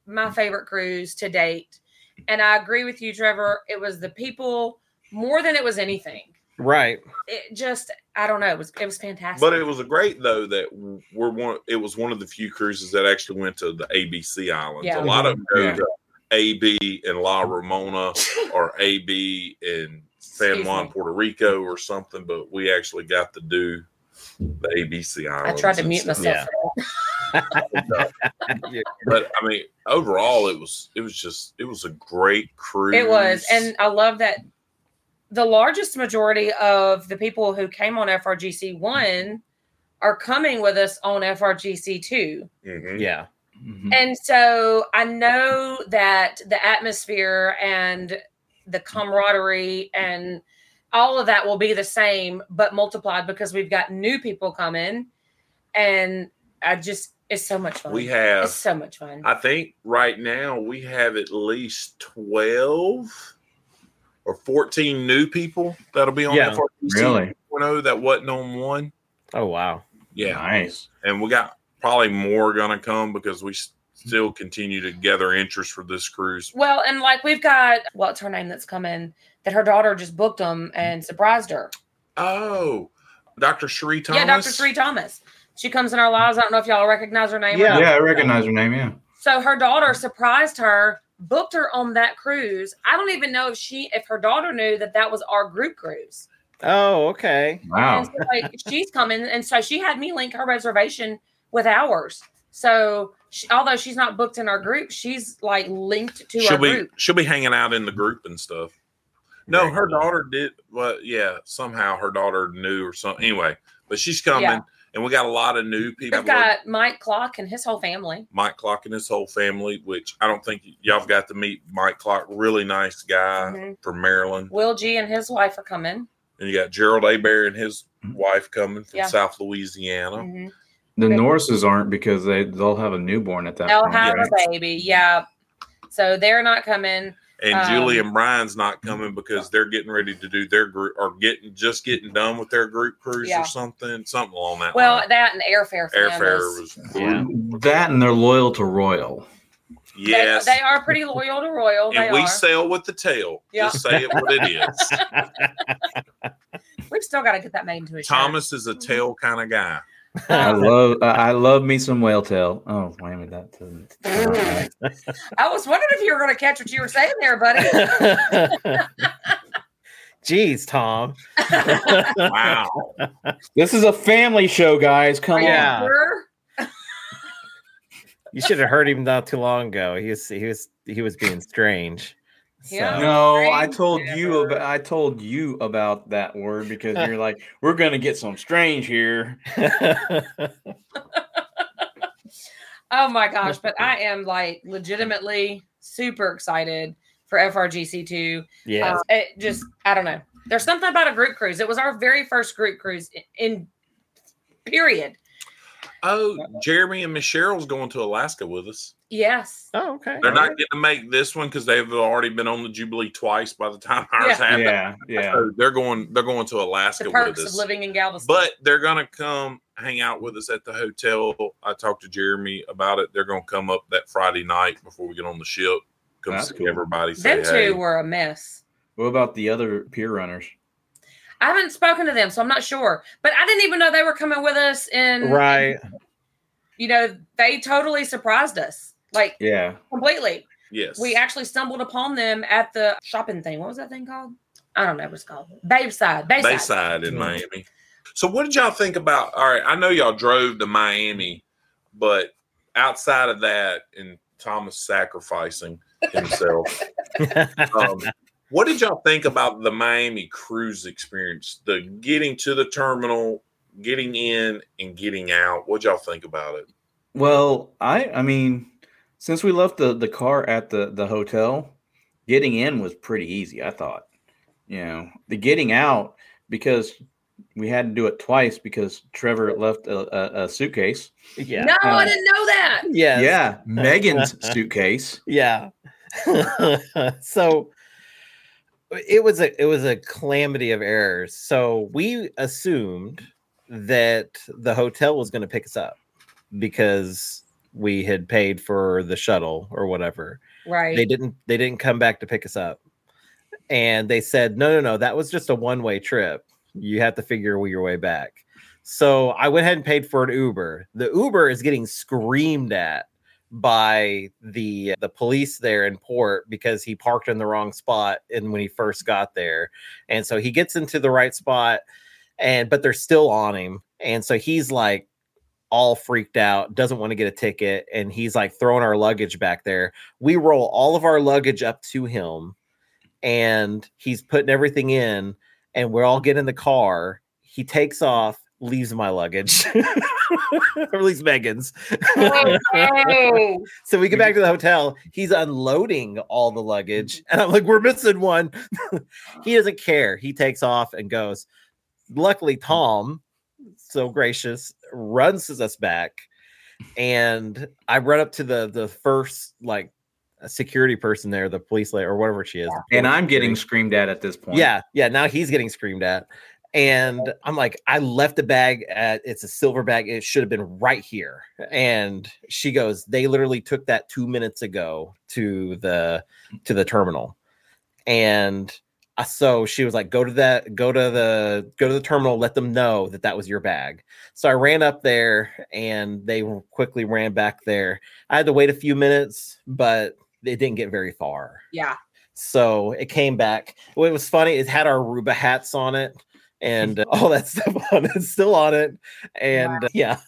my favorite cruise to date, and I agree with you, Trevor. It was the people more than it was anything.
right.
It just, I don't know. It was it was fantastic.
But it was a great though that we're one. It was one of the few cruises that actually went to the ABC islands.
Yeah.
A lot of them go
Yeah.
to AB and La Ramona or AB and San
Excuse
Juan,
me.
Puerto Rico, or something. But we actually got to do the ABC
I
islands.
tried to
and
mute
stuff.
myself.
Yeah.
for that.
But I mean, overall, it was it was just it was a great cruise.
It was, and I love that the largest majority of the people who came on FRGC one are coming with us on FRGC two.
Mhm.
Yeah.
Mhm.
And so I know that the atmosphere and the camaraderie and all of that will be the same, but multiplied because we've got new people coming. And I just, it's so much fun.
we have
it's so much fun.
I think right now we have at least 12 or 14 new people that'll be on
Yeah.
FRTC
Really?
2.0 that wasn't on one.
Oh wow.
Yeah.
Nice.
And we got probably more going to come because we s- still continue to gather interest for this cruise.
well, and like we've got, what's her name that's coming that her daughter just booked them and surprised her.
Oh, Dr. Sheree Thomas.
Yeah, Dr. Sheree Thomas. She comes in our lives. I don't know if y'all recognize her name or
Yeah.
Yeah, I recognize her name. Yeah.
So her daughter surprised her, booked her on that cruise. I don't even know if she, if her daughter knew that that was our group cruise.
Oh okay.
And
Wow.
so, like she's coming, and so she had me link her reservation with ours. So she, although she's not booked in our group, she's like linked to our
She'll be,
group.
she'll be hanging out in the group and stuff. No, her daughter did. Well, yeah, somehow her daughter knew or something. Anyway, but she's coming.
Yeah.
And we got a lot of new people.
We've got Mike Clock and his whole family.
Mike Clock and his whole family, which I don't think y'all got to meet Mike Clock, really nice guy
Mhm.
from Maryland.
Will G and his wife are coming.
And you got Gerald Abear and his wife coming from
Yeah.
South Louisiana.
Mhm.
The Norrises aren't because they they'll have a newborn at that
They'll
point.
have
right?
a baby. Yeah. So they're not coming.
and
Um,
Julie and Brian's not coming because they're getting ready to do their group or getting just getting done with their group cruise
Yeah.
or something, something along that.
Well,
line.
that and airfare. for them
Uh-huh. airfare
is-
was
Yeah.
That and they're loyal to Royal.
they,
yes,
they are pretty loyal to Royal. they
and we
are.
sail with the tail.
Yeah.
Just say it what it is.
We've still got to get that made into a shirt.
Thomas is a tail kind of guy.
I love I I love me some whale tail. Oh, wait a minute, that doesn't.
I was wondering if you were going to catch what you were saying there, buddy.
Jeez, Tom.
Wow.
This is a family show, guys. Come
Are you
Yeah.
sure?
You should have heard him not too long ago. He was he was he was being strange.
Yeah.
on.
So,
No, I told you
Never.
about I told you about that word because you're like, we're gonna get some strange here.
Oh my gosh, but I am like legitimately super excited for FRGC2.
yeah.
Um, it just, I don't know. There's something about a group cruise. It was our very first group cruise in, in period.
Oh, Jeremy and Michelle's going to Alaska with us.
Yes.
oh, okay.
They're not going to make this one because they've already been on the Jubilee twice. By the time ours
Yeah.
happened,
Yeah, yeah.
So they're going. They're going to
The
Alaska with
perks of
us.
living in Galveston.
but they're gonna come hang out with us at the hotel. I talked to Jeremy about it. They're gonna come up that Friday night before we get on the ship. Come
That's
see
cool.
everybody. Say
them two
hey.
were a mess.
What about the other peer runners?
I haven't spoken to them, so I'm not sure. But I didn't even know they were coming with us. And,
right.
you know, they totally surprised us like
Yeah.
completely.
yes,
we actually stumbled upon them at the shopping thing. What was that thing called? I don't know what it's called. Babeside. Bayside.
Bayside in
Yeah.
Miami. So what did y'all think about? All right, I know y'all drove to Miami, but outside of that, and Thomas sacrificing himself. um, what did y'all think about the Miami cruise experience? The getting to the terminal, getting in, and getting out. What y'all think about it?
Well, I I mean, since we left the the car at the the hotel, getting in was pretty easy. I thought, you know, the getting out because we had to do it twice because Trevor left a, a, a suitcase.
yeah.
No, I
Uh,
didn't know that.
Yes.
Yeah, Megan's suitcase.
Yeah. so it was a it was a calamity of errors. So we assumed that the hotel was going to pick us up because we had paid for the shuttle or whatever.
Right.
They didn't they didn't come back to pick us up. And they said, "No, no, no, that was just a one-way trip. You have to figure your way back." So I went ahead and paid for an Uber. The Uber is getting screamed at by the the police there in port because he parked in the wrong spot and when he first got there. And so he gets into the right spot and but they're still on him. And so he's like all freaked out, doesn't want to get a ticket and he's like throwing our luggage back there. We roll all of our luggage up to him and he's putting everything in and we're all getting in the car. He takes off, leaves my luggage. or leaves Megan's.
oh, no.
So we get back to the hotel. He's unloading all the luggage. And I'm like, we're missing one. he doesn't care. He takes off and goes. Luckily, Tom, so gracious, runs us back. And I run up to the the first like security person there, the police lady or whatever she is.
And I'm getting screamed at at this point.
Yeah, yeah. Now he's getting screamed at. And I'm like, I left the bag at it's a silver bag. It should have been right here. And she goes, they literally took that two minutes ago to the to the terminal. And I- so she was like, go to that, go to the go to the terminal, let them know that that was your bag. So I ran up there and they quickly ran back there. I had to wait a few minutes, but it didn't get very far.
Yeah.
So it came back. What was funny, it had our Aruba hats on it and uh, all that stuff on it, still on it. And uh, yeah,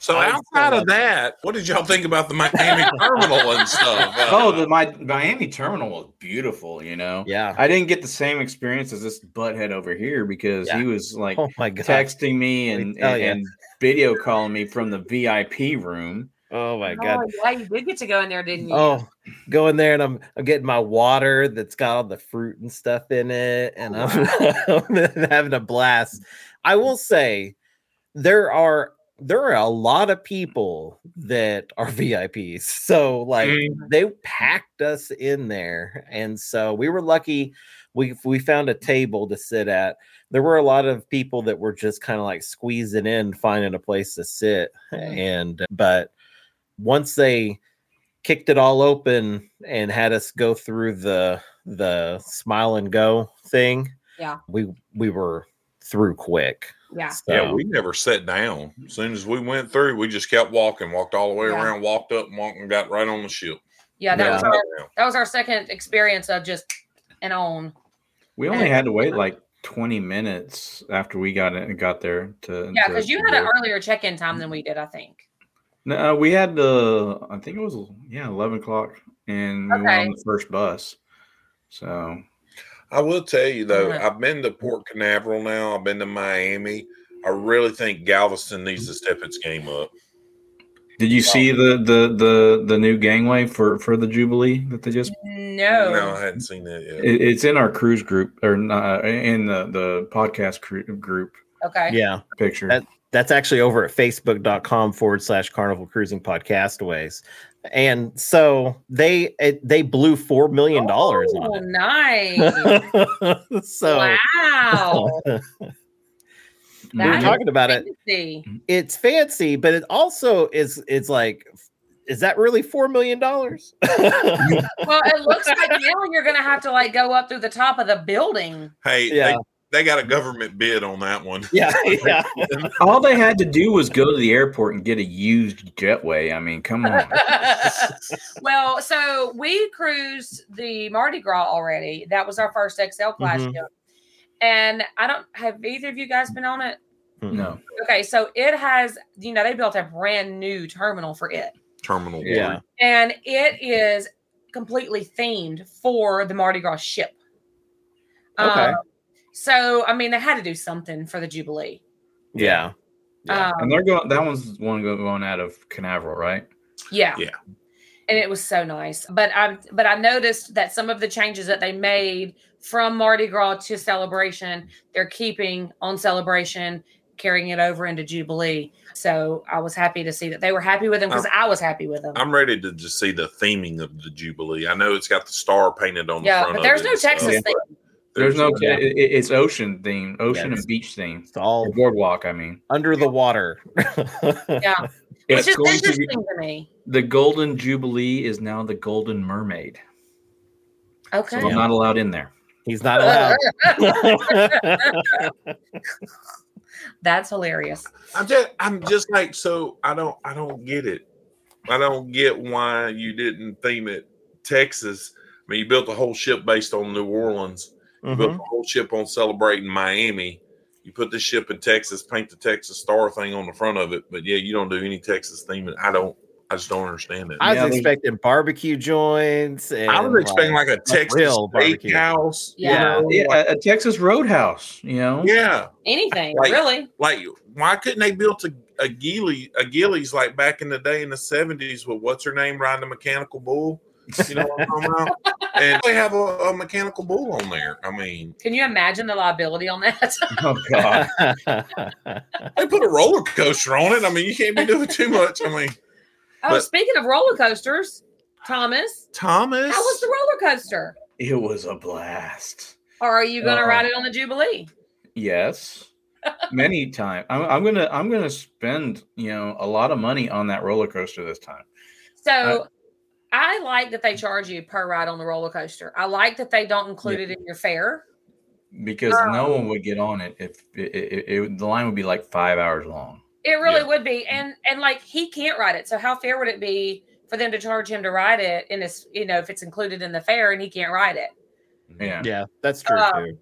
So
I
outside
love
of
it.
that, what did y'all think about the Miami terminal and stuff? Uh,
Oh, the my Miami terminal was beautiful. You know,
yeah.
I didn't get the same experience as this butthead over here because
Yeah.
he was like
Oh my god.
texting me
Let me
and,
tell
and,
ya.
and video calling me from the VIP room.
Oh my god.
Oh, yeah, you did get to go in there, didn't you?
Oh, go in there and I'm I'm getting my water that's got all the fruit and stuff in it, and I'm, I'm having a blast. I will say there are there are a lot of people that are VIPs. So like
Mhm.
they packed us in there. And so we were lucky we we found a table to sit at. There were a lot of people that were just kind of like squeezing in finding a place to sit.
Hmm.
And uh, but once they kicked it all open and had us go through the the smile and go thing.
Yeah.
We we were through quick.
Yeah.
So-
yeah, we never sat down. As soon as we went through, we just kept walking, walked all the way
Yeah.
around, walked up, and walked and got right on the ship.
Yeah. That
Yeah.
was
Sat
our
down.
that was our second experience of just and on.
We only had to wait like 20 minutes after we got in, got there to.
Yeah,
to-
because you
to
had an
go.
earlier check-in time than we did, I think.
No, uh, we had the. I think it was yeah, 11 o'clock, and we went
Okay.
on the first bus. So
I will tell you though,
Alright.
I've been to Port Canaveral now. I've been to Miami. I really think Galveston needs to step its game up.
Did you see the the the the new gangway for for the Jubilee that they just?
No.
No, I hadn't seen that yet.
It, it's in our cruise group or not, uh, in the the podcast cru- group
Okay.
Yeah.
picture.
That- That's actually over at facebook.com forward slash carnival cruising podcastaways. And so they it, they blew four million dollars
Oh,
on
nice.
it. so
wow.
we were
That is
talking about it.
Fancy.
It's fancy, but it also is is like is that really four million dollars?
Well, it looks like now you're gonna have to like go up through the top of the building.
Hey,
Yeah.
they, they got a government bid on that one.
yeah, yeah.
All they had to do was go to the airport and get a used jetway. I mean, come on.
well, so we cruised the Mardi Gras already. That was our first XL class
Mhm.
ship. And I don't have either of you guys been on it.
No,
Okay, so it has, you know, they built a brand new terminal for it.
Terminal. three.
Yeah.
and it is completely themed for the Mardi Gras ship.
Okay.
Um, so I mean, they had to do something for the Jubilee.
Yeah. Yeah.
Um,
and they're going. That one's one go- going out of Canaveral, right?
yeah.
Yeah.
And it was so nice, but I but I noticed that some of the changes that they made from Mardi Gras to Celebration, they're keeping on Celebration, carrying it over into Jubilee. So I was happy to see that they were happy with them because I was happy with them.
I'm ready to just see the theming of the Jubilee. I know it's got the star painted on
yeah,
the front.
but
of
there's
it
no
and stuff.
Texas thing.
There's no.
Yeah.
It, it- it's ocean theme, ocean
Yes.
and beach theme,
It's all
or boardwalk. I mean,
under the water.
Yeah,
it's
which is
going to
interesting
be
to me.
the Golden Jubilee is now the Golden Mermaid. So
Okay.
I'm not allowed in there.
He's not allowed.
That's hilarious.
I'm just I'm just like so I don't I don't get it. I don't get why you didn't theme it Texas. I mean, you built the whole ship based on New Orleans. You built
Mhm.
the whole ship on celebrating Miami. You put the ship in Texas, paint the Texas star thing on the front of it, but yeah, you don't do any Texas theming. I don't. I just don't understand it.
I
Yeah,
was
there's-
expecting barbecue joints. And
I was expecting like a Texas
real barbecue.
steakhouse. you
Yeah.
know,
Yeah,
like-
a, a Texas Roadhouse, you know.
yeah.
Anything,
Like-
really?
like why couldn't they build a, a Gilly a Gillies like back in the day in the seventies with what's her name riding a mechanical bull? You know what I'm talking about? And they have a, a mechanical bull on there. I mean,
Can you imagine the liability on that?
Oh God.
they put a roller coaster on it. I mean, you can't be doing too much. I mean,
oh,
But-
speaking of roller coasters, Thomas, how
Thomas,
was the roller coaster?
It was a blast.
Or are you going to
Uh-oh.
ride it on the Jubilee?
Yes. Many times. I'm, I'm gonna I'm gonna spend, you know, a lot of money on that roller coaster this time.
Uh,
So I like that they charge you per ride on the roller coaster. I like that they don't include it in your fare.
Because no one would get on it if it, it, it, it- the line would be like five hours long.
It really
Yeah.
would be, and and like he can't ride it. So how fair would it be for them to charge him to ride it? And it's you know if it's included in the fare and he can't ride it.
Yeah.
yeah, that's true
Uh,
too.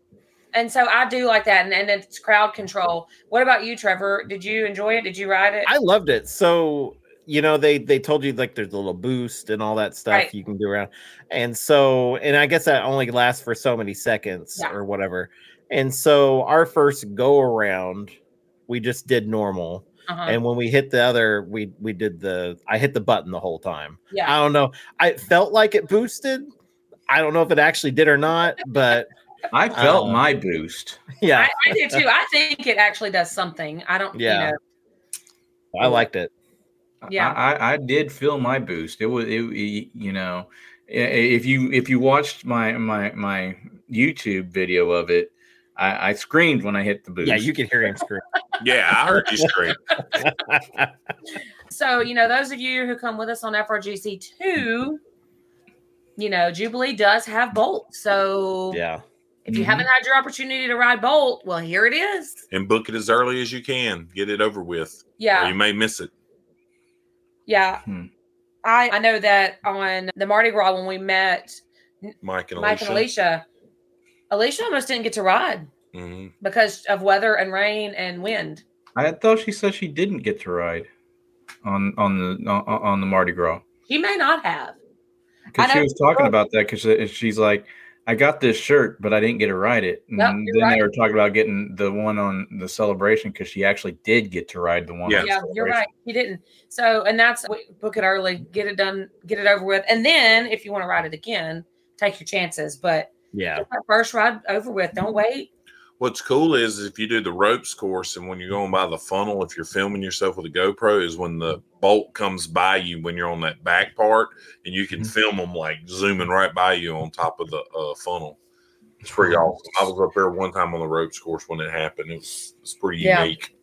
And so I do like that, and, and it's crowd control. What about you, Trevor? Did you enjoy it? Did you ride it?
I loved it. So you know they they told you like there's a little boost and all that stuff
Right.
you can do around, and so and I guess that only lasts for so many seconds
Yeah.
or whatever. And so our first go around, we just did normal,
uh-huh.
and when we hit the other, we we did the I hit the button the whole time.
yeah,
I don't know. I it felt like it boosted. I don't know if it actually did or not, but
I felt
Uh,
my boost.
yeah,
I, I did too. I think it actually does something. I don't.
Yeah.
You know,
I liked it.
Yeah.
I, I, I did feel my boost. It was, it, it- you know, i- if you if you watched my my my YouTube video of it, I, I screamed when I hit the boost.
Yeah, you could hear him scream.
Yeah, I heard you scream.
So, you know, those of you who come with us on FRGC2, you know, Jubilee does have Bolt. So
yeah.
if you haven't had your opportunity to ride Bolt, well, here it is.
And book it as early as you can. Get it over with. Or
Yeah.
you may miss it.
Yeah.
Hmm.
I, I know that on the Mardi Gras when we met
Mike and
Mike and
Alicia.
Alicia, Alicia almost didn't get to ride
Mhm.
because of weather and rain and wind.
I thought she said she didn't get to ride on on the on, on the Mardi Gras
She may not have.
because
I
she
know-
was talking about that because she's like, I got this shirt, but I didn't get to ride it. And
Yep,
then
you're
they
right.
were talking about getting the one on the celebration because she actually did get to ride the one.
Yeah.
on the
yeah, you're
celebration.
right. You didn't. So, and that's we- book it early, get it done, get it over with, and then if you want to ride it again, take your chances. But
Yeah.
get that first ride over with. Don't wait.
What's cool is if you do the ropes course and when you're going by the funnel, if you're filming yourself with a GoPro, is when the bolt comes by you when you're on that back part and you can
Mhm.
film them like zooming right by you on top of the uh, funnel. It's pretty awesome. I was up there one time on the ropes course when it happened. It was, it's pretty
Yeah.
unique.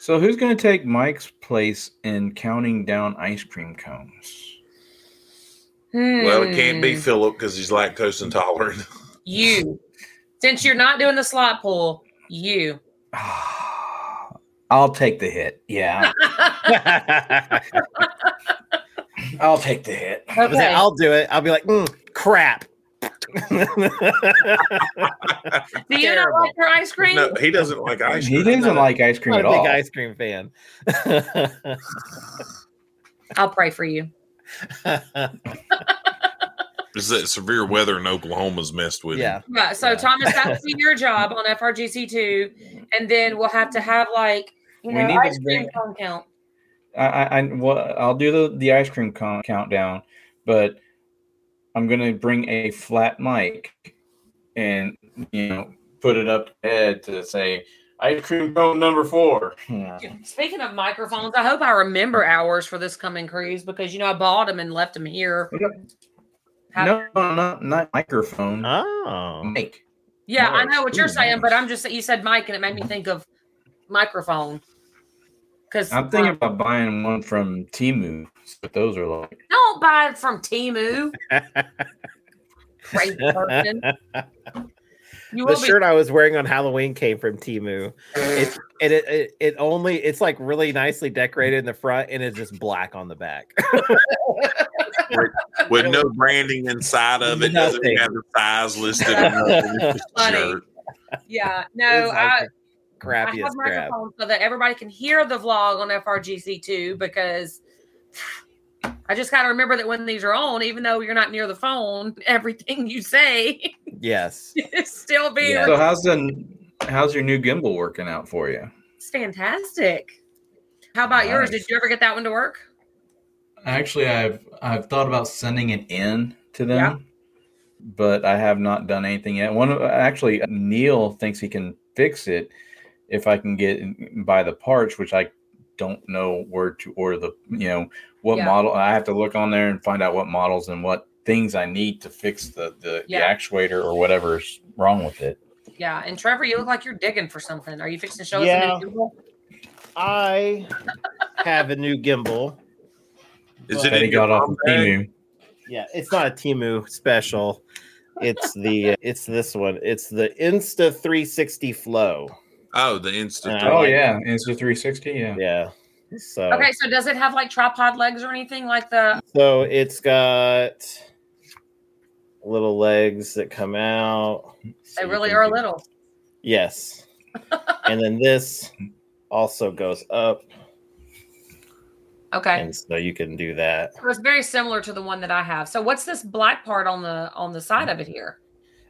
So who's going to take Mike's place in counting down ice cream cones?
Well, it can't be
Hmm,
Philip because he's lactose intolerant.
you. Since you're not doing the slot pull, you.
I'll take the hit. Yeah, I'll take the hit.
I said,
Okay.
I'll do it. I'll be like, mm, crap.
Do you not like your ice cream?
no, he doesn't like ice
He
cream.
doesn't like ice cream
I'm
at
not a
all.
big ice cream fan.
I'll pray for you.
It's that severe weather in Oklahoma's messed with
yeah.
him.
Yeah. So
Yeah.
Thomas, that'll be your job on FRGC two, and then we'll have to have like you
We
know
need to
ice cream
bring-
cone count.
I, I, I well, I'll do the the ice cream con- countdown, but I'm going to bring a flat mic and you know put it up head to say ice cream cone number four. Yeah.
Speaking of microphones, I hope I remember ours for this coming cruise because you know I bought them and left them here. How-
No, not not microphone.
Oh.
mic.
yeah, I
nice.
know what you're
Ooh,
saying, but
nice.
I'm just you said mic and it made me think of microphone. Because
I'm thinking about buying one from Timu, but those are like
don't buy it from Timu. Crazy person. You
The
will be.
shirt I was wearing on Halloween came from Timu. It's and it, it it only it's like really nicely decorated in the front and it's just black on the back.
With no branding inside of it,
Nothing.
doesn't have the size listed. or nothing. It's just a
Funny.
shirt.
Yeah,
It's like
no, Oh, I,
the crappiest
I have
crap.
microphones so that everybody can hear the vlog on FRGC2 because I just got to remember that when these are on, even though you're not near the phone, everything you say
Yes.
is still being
Yeah.
So how's the how's your new gimbal working out for you?
it's fantastic. How about yours?
Nice.
Did you ever get that one to work?
Actually, I've I've thought about sending it in to them,
Yeah.
but I have not done anything yet. One of actually Neil thinks he can fix it if I can get buy the parts, which I don't know where to order the you know what
Yeah.
model. I have to look on there and find out what models and what things I need to fix the the,
Yeah.
the actuator or whatever's wrong with it.
Yeah. And Trevor, you look like you're digging for something. Are you fixing to show
Yeah.
us a new gimbal?
I have a new gimbal.
Is
But-
it
That he
in your
got off
mom
of
bag?
Temu.
Yeah, it's not a Timu special. It's the it's this one. It's the Insta 360 Flow.
Oh, the instant.
Uh,
Oh
like-
yeah, it's a 360. Yeah.
Yeah. So
Okay. So does it have like tripod legs or anything like the?
so it's got little legs that come out. So
They
you
really
can
are
do-
little.
Yes. and then this also goes up
Okay.
and so you can do that.
So it's very similar to the one that I have. So what's this black part on the on the side of it here?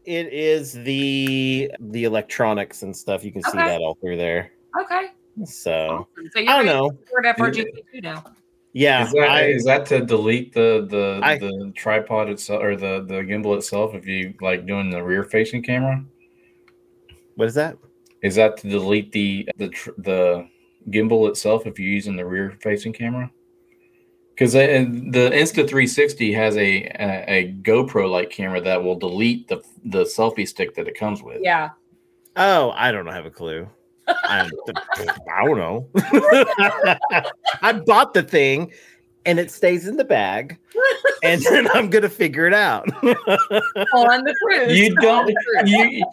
It is the the electronics and stuff. You can see
Okay. Oh.
that all through there.
Okay.
So
Awesome. So you're
I don't know.
FRGC2 now.
Yeah,
Is that,
I-
is that to delete the the,
I-
the tripod itself or the, the gimbal itself if you like doing the rear facing camera?
what is that?
Is that to delete the the tr- the gimbal itself if you're using the rear facing camera. Because the Insta 360 has a, a, a GoPro like camera that will delete the, the selfie stick that it comes with.
Yeah.
Oh, I don't have a clue. I, I don't know. I bought the thing and it stays in the bag. And then I'm gonna figure it out.
On Oh, the cruise.
You don't. You,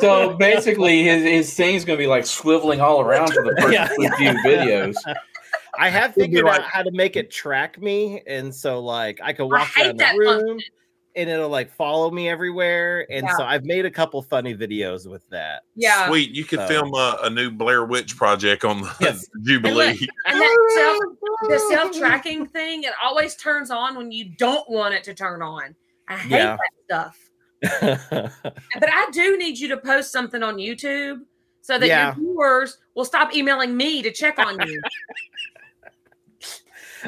so basically, his, his thing's going to be like swiveling all around for the first
Yeah,
few videos.
I have
It'd be
figured
like-
out how to make it track me, and so like I can
I
walk
hate
around the
that
room
function.
and it'll like follow me everywhere. And
Yeah.
so I've made a couple funny videos with that.
Yeah.
Sweet. You could
So-
film a, a new Blair Witch project on the
Uh, Yes.
Jubilee.
And that self, the self tracking thing, it always turns on when you don't want it to turn on. I hate
Yeah.
that stuff.
Uh,
But I do need you to post something on YouTube so that
Yeah.
your viewers will stop emailing me to check on you.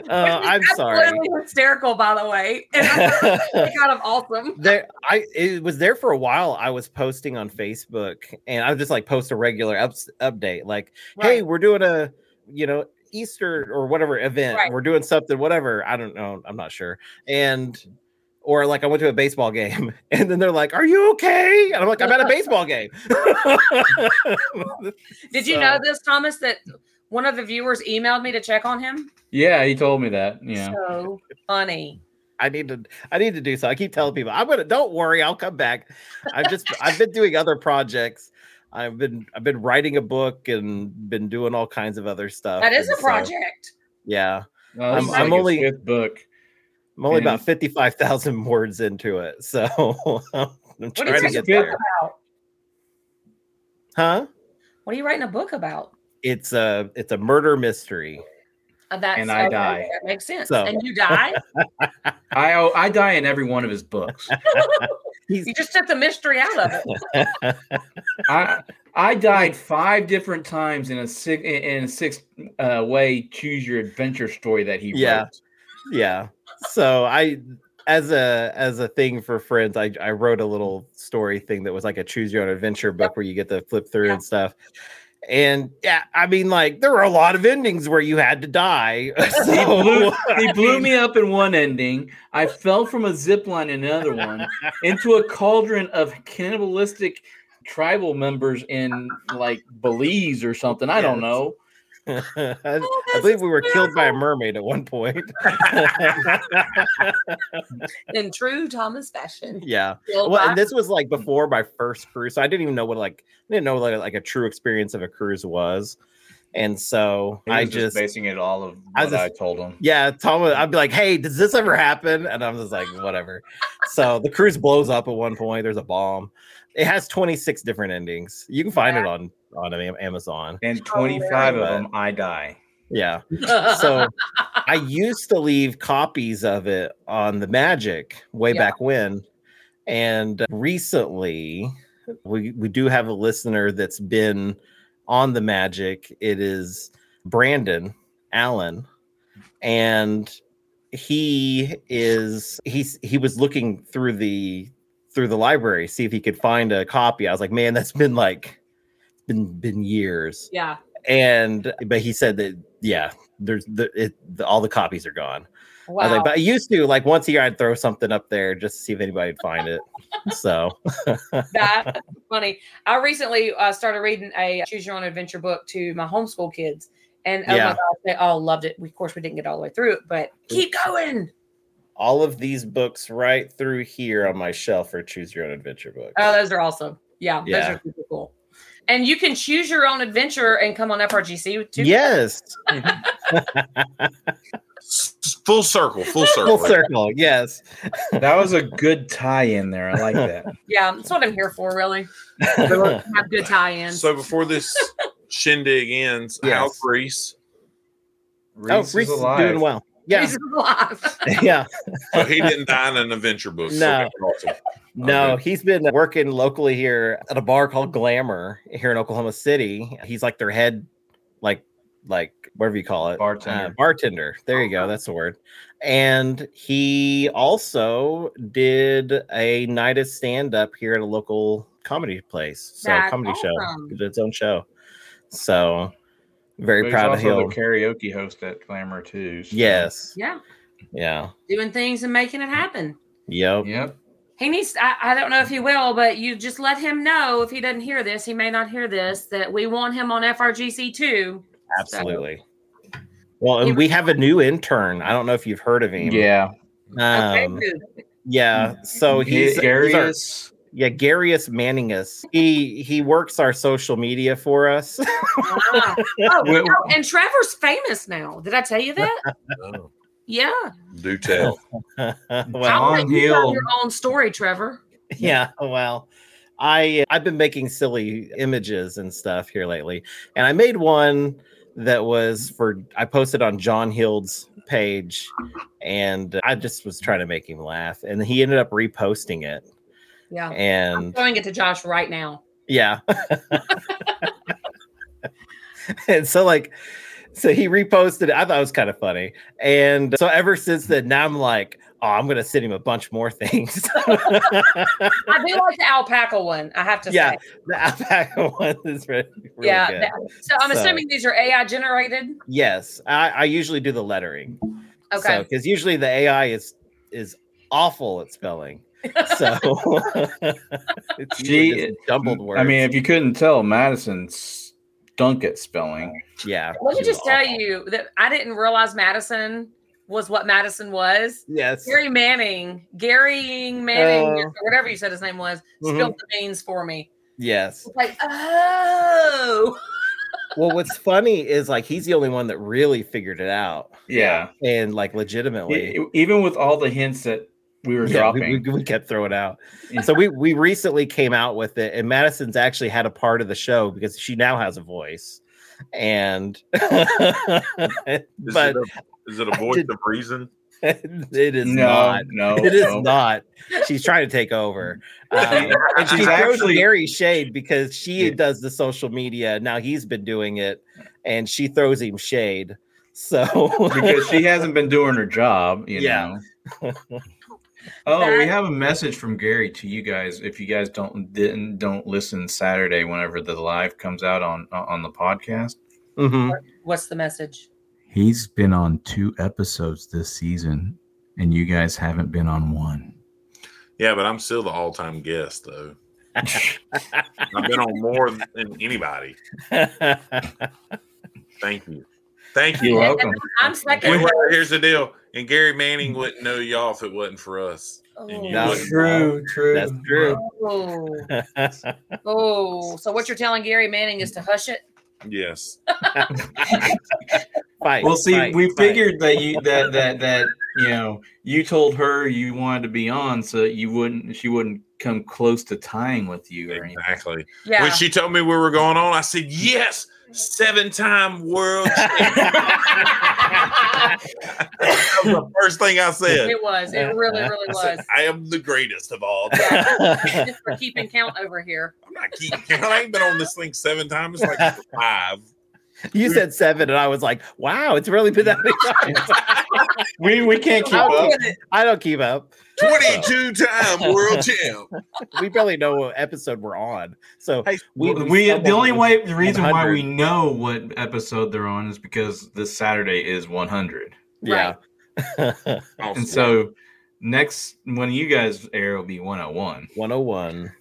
Uh, I'm
That's
sorry.
literally hysterical, by the way. And I think it's kind of awesome.
there i it was there for a while i was posting on facebook and i would just like post a regular ups, update like hey
Right.
we're doing a you know easter or whatever event
Right.
we're doing something whatever i don't know i'm not sure and or like i went to a baseball game and then they're like are you okay and i'm like i'm at a baseball game
Did you know
So-
this, Thomas, that one of the viewers emailed me to check on him?
Yeah, he told me that. Yeah.
So funny.
I need to I need to do so. I keep telling people I'm gonna don't worry, I'll come back. I've just I've been doing other projects. I've been I've been writing a book and been doing all kinds of other stuff.
That is
and
a
so,
project.
yeah.
No, this
I'm-
is
I'm
his
only-
fifth book.
I'm only about
And-
fifty five thousand words into it. So I'm
What
trying
are
to
you
get
it?
there. Huh?
What are you writing a book about?
It's a it's a murder mystery.
Uh, That's,
And I die.
That makes sense.
So-
And you die?
I I die in every one of his books.
you just took the mystery out of it.
I I died five different times in a six in a six uh, way choose your adventure story that he
Yeah.
wrote.
yeah so i as a as a thing for friends i i wrote a little story thing that was like a choose your own adventure book where you get to flip through
Yeah.
and stuff and yeah i mean like there were a lot of endings where you had to die
He blew,
so
he blew me up in one ending. I fell from a zip line in another one into a cauldron of cannibalistic tribal members in like Belize or something. I don't
Yes.
know.
I,
Oh,
I
that's
believe we were killed by a
hysterical.
mermaid at one point
in true Thomas fashion.
yeah
Killed
well
by-
and this was like before my first cruise so i didn't even know what like i didn't know what like a true experience of a cruise was and so
He
i
was
just
basing it all of
I
what
just-
I told him.
Yeah, Tom, would- I'd be like, "Hey, does this ever happen?" And I'm just like, "Whatever." So the cruise blows up at one point. There's a bomb. It has 26 different endings. You can find it on on Am- Amazon.
And 25 of
but-
them, I die.
Yeah. So I used to leave copies of it on the Magic way
Yeah.
back when, and recently we we do have a listener that's been on the Magic. It is Brandon Allen, and he is he's he was looking through the through the library see if he could find a copy. I was like, man, that's been like been been years
yeah.
and but he said that yeah there's the it the, all the copies are gone I
Wow.
was like, but i used to like once a year i'd throw something up there just to see if anybody would find it so
That's funny. I recently uh, started reading a Choose Your Own Adventure book to my homeschool kids. And oh my
Yeah.
gosh, they all loved it. We, of course, we didn't get all the way through it, but keep going.
all of these books right through here on my shelf are choose your own adventure books
Oh, those are awesome. Yeah,
Yeah.
those are super cool. And you can choose your own adventure and come on FRGC too.
yes
S- Full circle, full circle.
Oh,
full circle yes
That was a good tie in there. I like that.
Yeah, that's what I'm here for, really.
Oh,
Have good tie ins.
So before this shindig ends,
Yes.
how's Reese?
oh
Reese
reese is doing well yeah yeah
So he didn't die in an adventure book. so
No.
that's awesome.
No, he's been working locally here at a bar called Glamour here in Oklahoma City. He's like their head, like like whatever you call it,
Bartender.
Uh, bartender. There
Uh-huh.
you go. That's the word. And he also did a night of stand up here at a local comedy place, so
That's
comedy
awesome.
show, did its own show. So Very
But he's
proud of
also
him.
the karaoke host at Glamour too. so-
Yes.
Yeah,
Yeah.
doing things and making it happen.
Yep.
Yep.
He needs. I, I don't know if he will, but you just let him know if he doesn't hear this. He may not hear this. That we want him on FRGC too.
Absolutely. Well, and we have a new intern. I don't know if you've heard of him.
Yeah.
Okay,
Um,
good.
yeah. So Oh, he's, he's our-
Arius.
yeah, Garius Manningus. He he works our social media for us.
Ah. oh,
Well-
oh, and Trevor's famous now. Did I tell you that?
Oh,
Yeah.
do tell.
well,
I'll let
Long
you tell
Hill.
your own story, Trevor.
yeah, oh, well, I uh, I've been making silly images and stuff here lately, and I made one that was for I posted on John Hild's page, and I just was trying to make him laugh, and he ended up reposting it,
Yeah. I'm
and
showing it to Josh right now.
yeah, and so like. So he reposted it. I thought it was kind of funny. And so ever since then, now I'm like, oh, I'm going to send him a bunch more things.
I do like the alpaca one. I have to
Yeah,
say.
The alpaca one is really, really
yeah.
good.
that- so I'm
So-
assuming these are AI generated.
yes, I, I usually do the lettering.
Okay.
Because usually the AI is is awful at spelling. So it's usually
She-
just jumbled words.
I mean, if you couldn't tell, Madison stunk at spelling.
yeah.
Let me
she was
just tell
awful.
you that I didn't realize Madison was what Madison was.
Yes.
Gary Manning, Gary Manning,
Uh,
or whatever you said his name was,
mhm.
spilled the beans for me.
Yes.
It's like, oh,
Well, what's funny is like he's the only one that really figured it out
Yeah.
and like legitimately.
E- Even with all the hints that we were
Yeah, we-
dropping.
we, we kept throwing out.
Yeah.
So we we recently came out with it, and Madison's actually had a part of the show because she now has a voice. And
Is,
but
it a, is it a
I
voice
did-
of reason?
it is
no,
not.
no.
It is
no.
not. She's trying to take over. Um, and she
She's
throws
actually-
Gary shade because she
Yeah.
does the social media. Now he's been doing it, and she throws him shade. So
because she hasn't been doing her job, you
Yeah.
know. Oh, we
That-
have a message from Gary to you guys. If you guys don't didn't don't listen Saturday, whenever the live comes out on uh, on the podcast, Mm-hmm.
Mhm.
what's the message?
he's been on two episodes this season, and you guys haven't been on one.
Yeah, but I'm still the all time guest, though. I've been on more than anybody. Thank you. Thank you.
You're welcome.
I'm
And
second.
look, here's the deal. And Gary Manning wouldn't know y'all if it wasn't for us. and you
No.
Oh.
wouldn't.
True,
true.
That's true.
Oh. oh, so what you're telling Gary Manning is to hush it?
Yes.
Fight,
Well, see,
fight,
we
fight.
figured that you that that that you know you told her you wanted to be on, so you wouldn't she wouldn't come close to tying with you or anything.
Exactly.
Yeah.
When she told me we were going on, I said, yes, seven time world champion. that was the first thing I said.
it was. It really, really
I
was.
said, I am the greatest of all. time."
Just for keeping count over here.
I'm not keeping count. I ain't been on this thing seven times. It's like five.
you said seven, and I was like, "Wow, it's really been that many times."
We we can't keep
I'll
up.
get it. I don't keep up.
22 time world champ.
We barely know what episode we're on. So
Hey,
We,
we
the only
stumbled
way the reason why we
100.
know what episode they're on is because this Saturday is 100,
yeah.
Awesome.
and so next when you guys air will be 101.
101.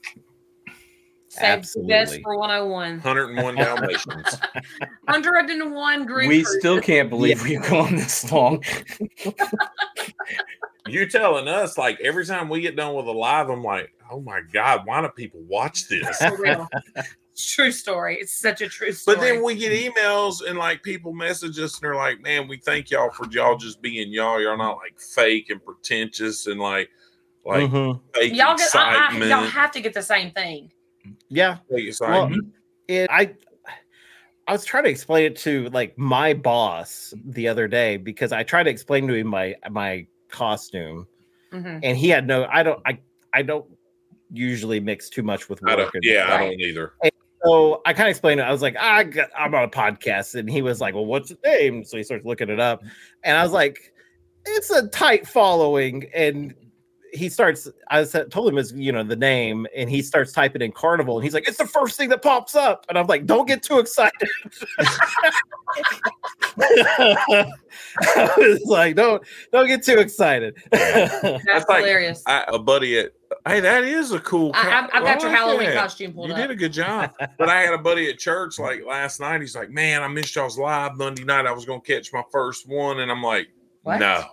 Save the best
Absolutely.
for 101.
101 Dalmatians.
101 group.
We still can't believe we've gone this long.
You're telling us, like, every time we get done with a live, I'm like, oh my God, why do people watch this?
For real. true story. It's such a true story.
But then we get emails and like people message us and they're like, man, we thank y'all for y'all just being y'all. Y'all not like fake and pretentious and like, like
Mm-hmm.
Mhm.
fake
y'all get I, I,
excitement.
y'all have to get the same thing.
Yeah.
Fake excitement.
Mm-hmm.
It, I I was trying to explain it to like my boss the other day because I tried to explain to him my my costume
Mhm.
and he had no I don't I I don't usually mix too much with
I
work.
don't,
and-
yeah, I
Right.
don't either.
so I kind of explained it. I was like, I got, I'm on a podcast, and he was like, Well, what's the name? So he starts looking it up, and I was like, It's a tight following, and he starts. I said, told him his, you know, the name, and he starts typing in carnival, and he's like, "It's the first thing that pops up," and I'm like, "Don't get too excited." I was like, "Don't, don't get too excited."
That's
like-
hilarious.
I, a buddy at hey, that is a cool.
I, I've,
co-
I've got
I
your
like
Halloween
that.
costume pulled
You
up.
did a good job. but I had a buddy at church like last night. He's like, "Man, I missed y'all's live Monday night. I was gonna catch my first one," and I'm like,
What?
"No,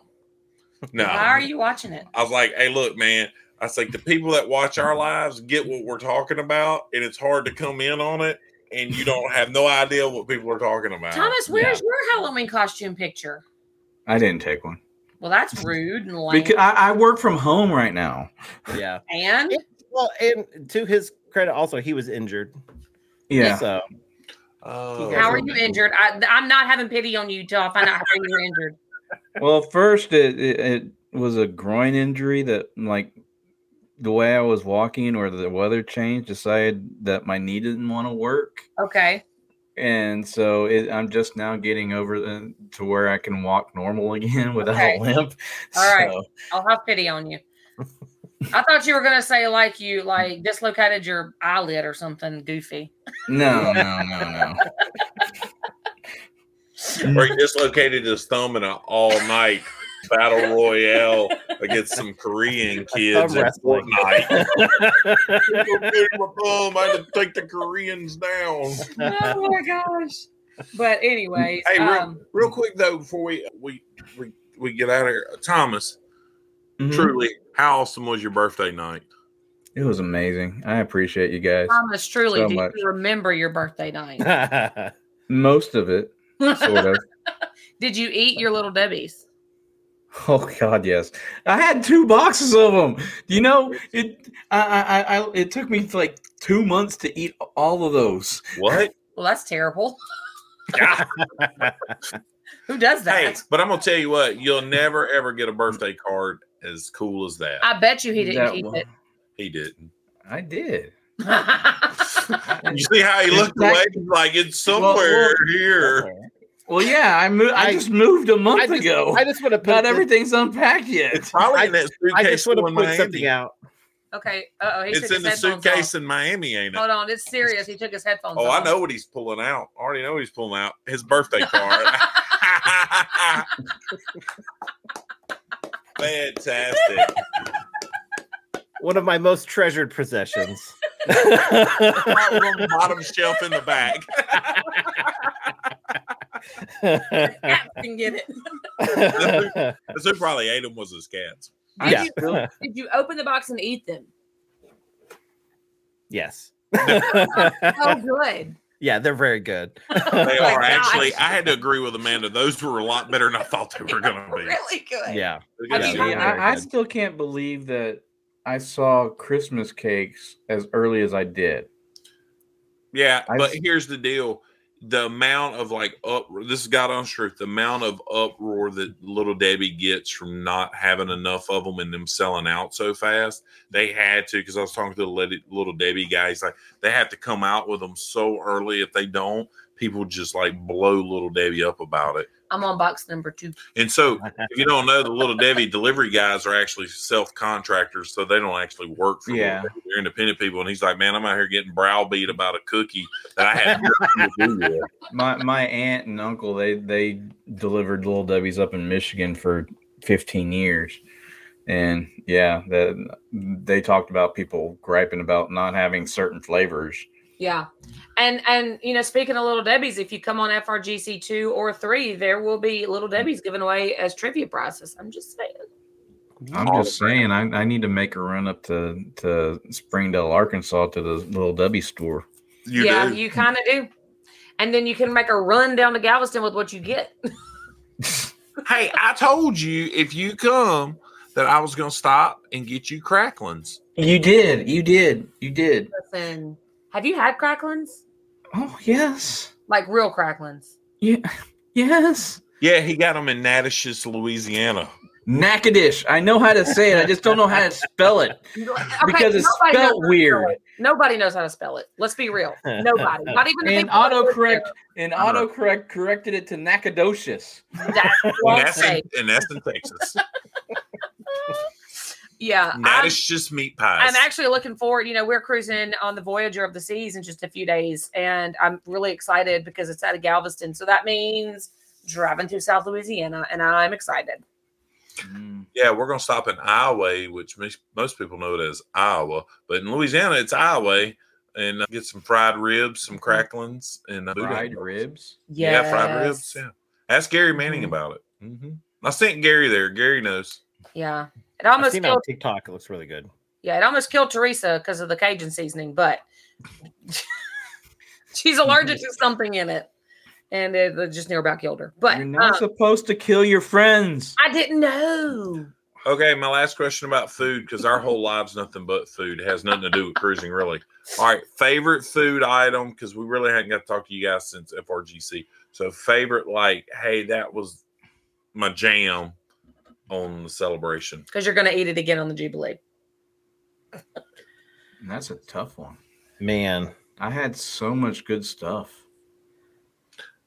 no."
Why are you watching it?
I was like, "Hey, look, man." I was like, "The people that watch our lives get what we're talking about, and it's hard to come in on it, and you don't have no idea what people are talking about."
Thomas, where's your Halloween costume picture?
I didn't take one
Well, that's rude and lame.
because I, I work from home right now.
yeah.
and
Well, and to his credit, also he was injured.
Yeah,
So
Oh.
how are you injured? I, I'm not having pity on you till I find out how you're injured.
Well, first it, it it was a groin injury that like the way I was walking or the weather changed decided that my knee didn't want to work,
Okay.
and so it, I'm just now getting over the, to where I can walk normal again without
Okay.
a limp.
All right.
So,
I'll have pity on you. I thought you were gonna say like you like dislocated your eyelid or something goofy.
No, no, no, no.
Or he dislocated his thumb in an all night battle royale against some Korean kids
Thumb
at
wrestling.
Fortnite. Dislocated my thumb. I had to take the Koreans down.
oh my gosh. But anyways,
Hey, real,
um,
real quick though, before we we we, we get out of here, Thomas,
Mhm.
truly, how awesome was your birthday night?
It was amazing. I appreciate you guys.
Thomas, truly,
So
do
much.
you remember your birthday night?
Most of it, sort of.
Did you eat your little Debbie's?
Oh God, yes! I had two boxes of them. You know, it I, I, I- I it took me like two months to eat all of those.
What?
Well, that's terrible.
God.
Who does that?
hey, but I'm gonna tell you what, you'll never ever get a birthday card as cool as that.
I bet you he didn't
That
keep
one-
it.
he didn't.
I did.
You see how he
Is
looked
that-
away? Like it's
Well, well-
somewhere here.
Well, yeah, I moved. I,
I-
just moved a month
I just,
ago.
I just want to put
Not
it-
everything's unpacked yet.
It's probably
I-
in that
I
suitcase.
just want
still
to
in
put
Miami.
something out.
okay. Uh oh.
It's in the suitcase in Miami, ain't it?
Hold on. It's serious. He took his headphones
Oh,
off.
I know what he's pulling out. I already know what he's pulling out. His birthday card. Fantastic.
One of my most treasured possessions.
Right on the bottom shelf in the back.
Cat can get it.
That's who probably ate him was his cats.
Did,
Yeah.
you, did you open the box and eat them?
yes.
Oh, good.
yeah, they're very good.
They
Oh my
are actually.
gosh.
I had to agree with Amanda. Those were a lot better than I thought they were going to be.
really good.
Yeah.
They're
I mean,
gonna be
See,
very
I, I
good.
still can't believe that I saw Christmas cakes as early as I did.
Yeah,
I
but
s-
here's the deal: the amount of like up. This is God honest truth. The amount of uproar that Little Debbie gets from not having enough of them and them selling out so fast. They had to because I was talking to the lady, Little Debbie guy. He's like, they have to come out with them so early. If they don't, people just like blow Little Debbie up about it.
I'm on box number two.
And so, if you don't know, the Little Debbie delivery guys are actually self contractors, so they don't actually work for. Little
Yeah.
Debbie. They're independent people, and he's like, "Man, I'm out here getting browbeat about a cookie that I had nothing to do with."
my my aunt and uncle they they delivered little dubbies up in michigan for 15 years and yeah that they talked about people griping about not having certain flavors
Yeah. And and you know, speaking of little Debbie's, if you come on FRGC two or three, there will be little Debbie's given away as trivia prizes. I'm just saying.
i'm
Oh.
just saying I, I need to make a run up to to springdale arkansas to the little debbie store
You
yeah,
do.
you kind of do. And then you can make a run down to Galveston with what you get.
hey, I told you if you come that I was gonna stop and get you cracklings.
you did you did you did
Listen, have you had cracklins?
oh yes
Like real cracklins?
yeah yes
Yeah, he got them in Natashis, Louisiana.
Natchitoches. I know how to say it. I just don't know how to spell it
Okay,
because it's
nobody knows
spelt
how to
weird.
spell it. Nobody knows how to spell it. Let's be real. Nobody. Not even the
and
people that live
autocorrect and
Uh-huh.
autocorrect corrected it to Nacogdoches.
there. That's
And
what I'm
that's, in,
saying.
and that's in Texas.
Yeah.
Not
I'm-
it's just meat pies.
I'm actually looking forward. You know, we're cruising on the Voyager of the Seas in just a few days, and I'm really excited because it's out of Galveston. So that means driving through South Louisiana, and I'm excited.
Mm.
yeah, we're gonna stop in Iowa, which mis- most people know it as Iowa, but in Louisiana it's Iowa, and uh, get some fried ribs, some cracklings, and uh, boudin
Fried
rolls.
ribs.
Yeah, fried ribs.
Yes.
Yeah, ask Gary Manning
Mhm.
about it. hmm I sent Gary there. Gary knows.
Yeah. It
I've
almost
seen it
killed.
on TikTok. It looks really good.
Yeah, it almost killed Teresa because of the Cajun seasoning, but she's allergic to something in it, and it, it just near about killed her. But
You're not
um,
supposed to kill your friends.
I didn't know.
Okay, my last question about food because our whole lives nothing but food It has nothing to do with cruising really. All right, favorite food item because we really hadn't got to talk to you guys since FRGC. So favorite like, hey, that was my jam on the celebration.
Because you're going to eat it again on the Jubilee.
That's a tough one.
Man,
I had so much good stuff.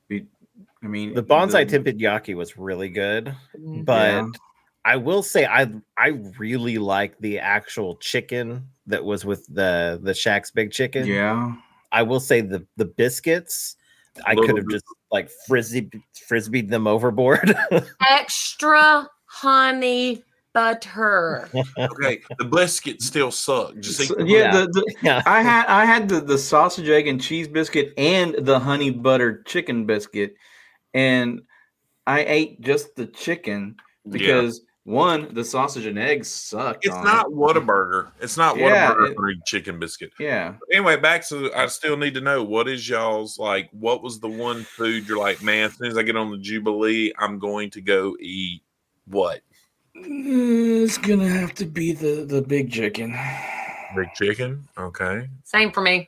Be- I mean,
the bonsai tempanyaki was really good,
Mm-hmm.
but
Yeah.
I will say I I really like the actual chicken that was with the the Shaq's big chicken.
Yeah.
I will say the the biscuits. I
Little
could have
bit.
just like frisbee frisbeed them overboard.
Extra honey butter.
Okay, the biscuits still suck. Just eat
So-
the
yeah,
Yeah.
The, the,
yeah.
I had I had the, the sausage egg and cheese biscuit and the honey butter chicken biscuit, and I ate just the chicken because one the sausage and eggs sucked.
It's
on
not
it.
Whataburger. It's not
Yeah,
Whataburger
it-
for a chicken biscuit.
Yeah,
Anyway, back to I still need to know what is y'all's like. What was the one food you're like, man? As soon as I get on the Jubilee, I'm going to go eat what
it's gonna have to be the the big chicken.
big chicken? Okay,
Same for me.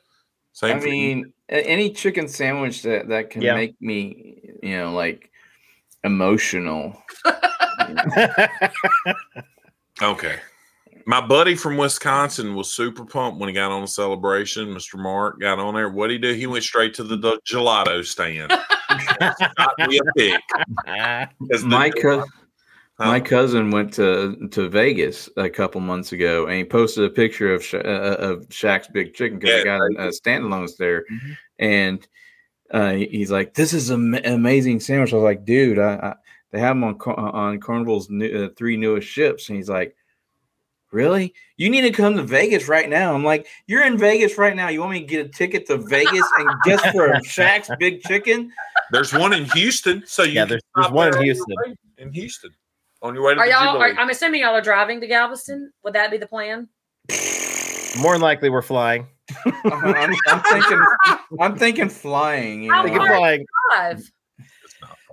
same.
I
for you.
mean, a- any chicken sandwich that that can
Yeah.
make me, you know, like emotional.
okay. My buddy from Wisconsin was super pumped when he got on the celebration. Mr. Mark got on there. What would he do? He went straight to the, the gelato stand. Got me a pick. 'Cause the-
My cou-
Huh?
my cousin went to to Vegas a couple months ago, and he posted a picture of Sha- uh, uh, of Shaq's big chicken because
Yeah,
I got a, a standalones there, and uh, he- he's like, "This is an amazing sandwich." I was like, "Dude, I, I they have them on Car- uh, on Carnival's new, uh, three newest ships," and he's like. Really? You need to come to Vegas right now. I'm like, you're in Vegas right now. You want me to get a ticket to Vegas and just for a Shaq's Big Chicken?
There's one in Houston. So you
Yeah,
can
there's- there's
stop
one in
there on your
Houston.
way- In Houston, on your way to
Are
the
y'all?
Jubilee.
Are, I'm assuming y'all are driving to Galveston. Would that be the plan?
More than likely, we're flying.
I'm, I'm- I'm thinking, I'm thinking flying. You
I
Think
know?
of
Alright.
flying,
Five.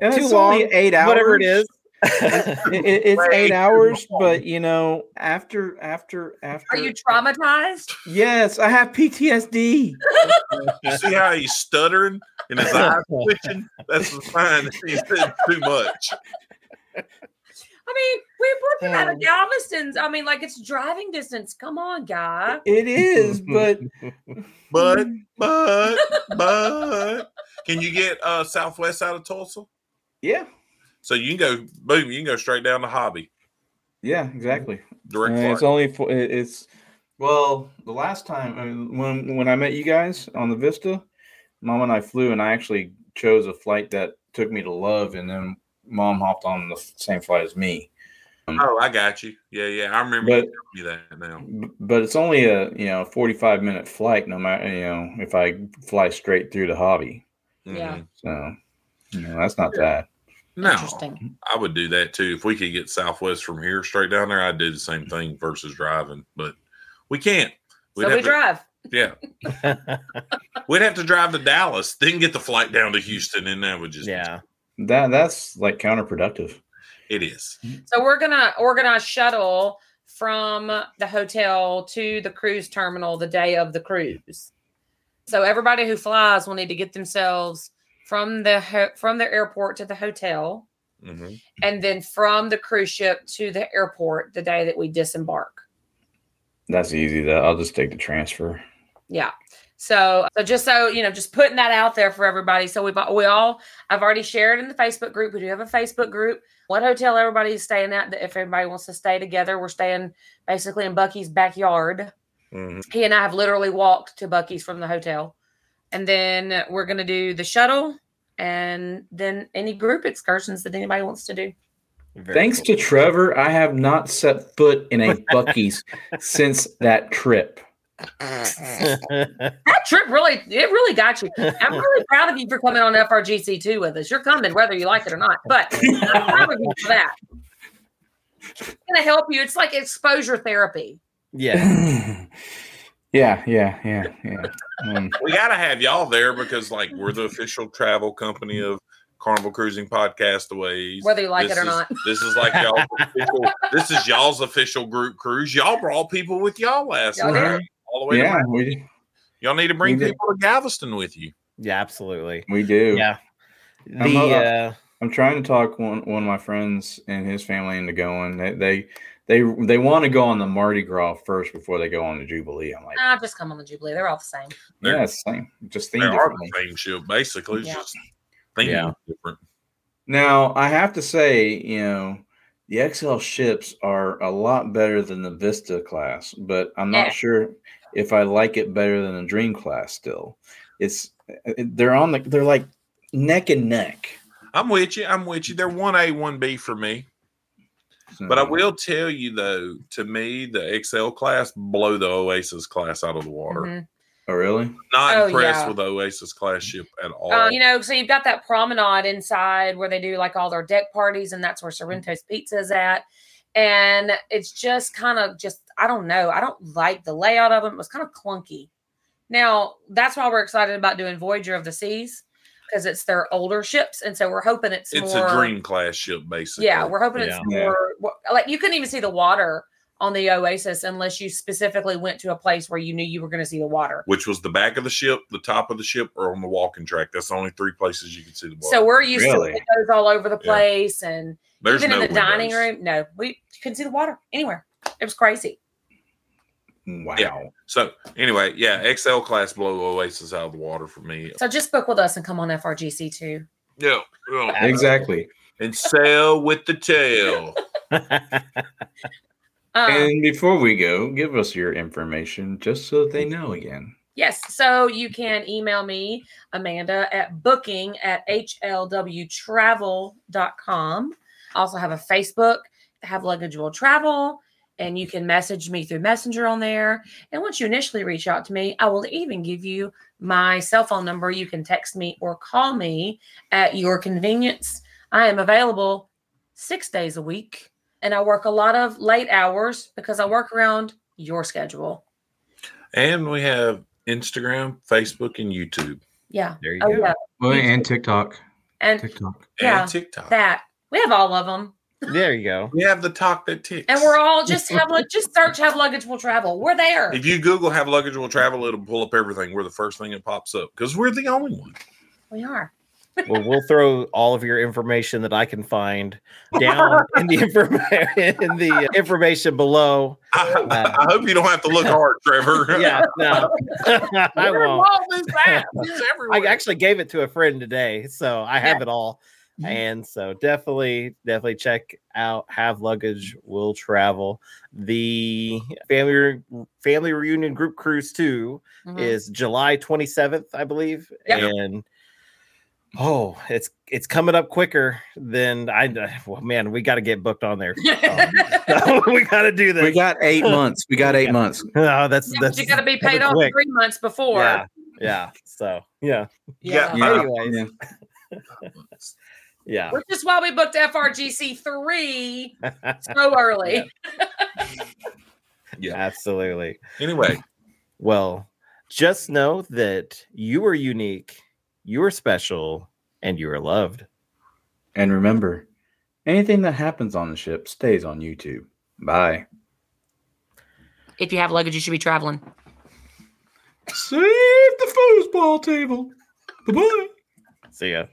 And
Too
it's only
long,
eight hours.
whatever it is.
It- it- it's
Way
eight
too
hours,
long.
but you know, after after after.
Are you traumatized?
Yes, I have PTSD.
You see how he's stuttering and his eyes twitching? That's the sign he said too much.
I mean, we would be out
Um.
of Galveston's. I mean, like it's driving distance. Come on, guy.
It is, but
But, but, but. Can you get uh, Southwest out of Tulsa?
yeah,
So you can go, boom, you can go straight down to Hobby.
yeah, exactly.
Direct
And it's
flight.
only for it- it's. Well, the last time I mean, when when I met you guys on the Vista, Mom and I flew, and I actually chose a flight that took me to Love, and then Mom hopped on the same flight as me.
Oh, I got you. Yeah, yeah. I remember
But
you telling me that now.
B- but it's only a you know 45 minute flight no matter you know if i fly straight through the hobby
Yeah.
Mhm.
so you know that's not bad
No,
Interesting.
I would do that too. If we could get Southwest from here straight down there, I'd do the same thing versus driving, but we can't. We'd
so
have
we
to-
drive.
Yeah. We'd have to drive to Dallas, then get the flight down to Houston, and that would just
yeah,
that that's like counterproductive
it is.
So we're gonna organize shuttle from the hotel to the cruise terminal the day of the cruise. So everybody who flies will need to get themselves from the ho- from their airport to the hotel,
Mhm.
and then from the cruise ship to the airport the day that we disembark.
that's easy though i'll just take the transfer
Yeah. So, so just so you know, just putting that out there for everybody. So we've we all I've already shared in the Facebook group. We do have a Facebook group. What hotel everybody is staying at? If everybody wants to stay together, we're staying basically in Bucky's backyard.
Mhm.
He and I have literally walked to Bucky's from the hotel, and then we're gonna do the shuttle, and then any group excursions that anybody wants to do.
Very
Thanks
cool.
to Trevor, I have not set foot in a Bucky's since that trip.
That trip really it really got you. I'm really proud of you for coming on FRGC two with us. You're coming whether you like it or not, but I'm proud of you for that. It's gonna help you. It's like exposure therapy.
yeah,
yeah, yeah, yeah, yeah. Um,
we gotta have y'all there because like we're the official travel company of Carnival Cruising Podcastaways.
Whether you like
This
it or
is-
not.
this is like y'all. official, this is y'all's official group cruise. Y'all brought people with y'all last
Y'all
night,
did.
all the way.
yeah,
Yeah.
we,
y'all need to bring
We did.
people to Galveston with you.
yeah, absolutely.
we do.
Yeah,
I'm
the
all up.
uh,
I'm trying to talk one, one of my friends and his family into going. They they they, they want to go on the Mardi Gras first before they go on the Jubilee. I'm like,
I've just come on the Jubilee. They're all the same.
yeah, it's same, just
Oh. They
themed
are
differently.
the same ship, basically. It's
Yeah.
just things
Yeah.
different.
Now, I have to say, you know, the XL ships are a lot better than the Vista class, but I'm not
Yeah.
sure if I like it better than the Dream class still. It's it- they're on the they're like neck and neck.
I'm with you. I'm with you. They're one A, one B for me. But I
So,
will tell you though, to me, the XL class blow the Oasis class out of the water.
Mhm.
Oh, really?
Not
Oh,
impressed
yeah.
with the Oasis class ship at all.
Um, you know, so you've got that promenade inside where they do like all their deck parties, and that's where
Mm-hmm.
Sorrento's Pizza is at. And it's just kind of just I don't know. I don't like the layout of them. It was kind of clunky. Now that's why we're excited about doing Voyager of the Seas because it's their older ships, and so we're hoping it's
it's
more,
a dream class ship, basically.
Yeah, we're hoping it's
Yeah. Yeah.
more wh- like you couldn't even see the water on the Oasis unless you specifically went to a place where you knew you were going to see the water.
which was the back of the ship, the top of the ship, or on the walking track. That's the only three places you can see the water.
So we're used
Really?
to windows all over the
Yeah.
place and
There's
even
no
in the dining
windows.
room. No, we you couldn't see the water anywhere. It was crazy.
Wow.
So anyway, yeah, XL class blow Oasis out of the water for me.
So just book with us and come on FRGC too.
Yeah, yeah.
Exactly.
and sail with the tail.
uh,
Um,
And before we go, give us your information just so that they know again.
yes, so you can email me, Amanda, at booking at hlwtravel.com. I also have a Facebook, Have Luggage Will Travel, and you can message me through Messenger on there. And once you initially reach out to me, I will even give you my cell phone number. You can text me or call me at your convenience. I am available six days a week, and I work a lot of late hours because I work around your schedule.
and we have Instagram, Facebook, and YouTube,
Yeah.
there you
Oh,
go.
yeah.
Well, and TikTok.
And
TikTok.
Yeah.
and TikTok.
that, we have all of them.
There you go.
we have the talk that ticks.
And we're all just have like just search have luggage will travel. We're there.
If you Google "Have Luggage Will Travel," it'll pull up everything. We're the first thing that pops up because we're the only one.
We are.
Well, we'll throw all of your information that I can find down in the informa- in the information below.
I, I hope you don't have to look hard, Trevor.
Yeah, no, I
Where
won't.
is that? It's
I
everywhere.
actually gave it to a friend today, so I have it all. And so definitely, definitely check out Have Luggage Will Travel. The family re- family reunion group cruise two
Mhm.
is July 27th, I believe.
Yep.
And oh, it's it's coming up quicker than I uh, well, man, we gotta get booked on there. Oh, we gotta do this.
We got eight months. We got eight months.
oh, that's
Yeah, but
that's
you got to be
that's
paid off
quick.
three months before.
Yeah, yeah. So yeah,
Yeah.
Yeah.
Yeah.
Anyways.
Yeah.
yeah.
Which is why we booked FRGC three so early.
Yeah.
Yeah.
Absolutely.
Anyway,
Well, just know that you are unique, you are special, and you are loved.
And remember, anything that happens on the ship stays on YouTube. Bye.
If you have luggage, you should be traveling.
Save the foosball table. Bye bye.
See ya.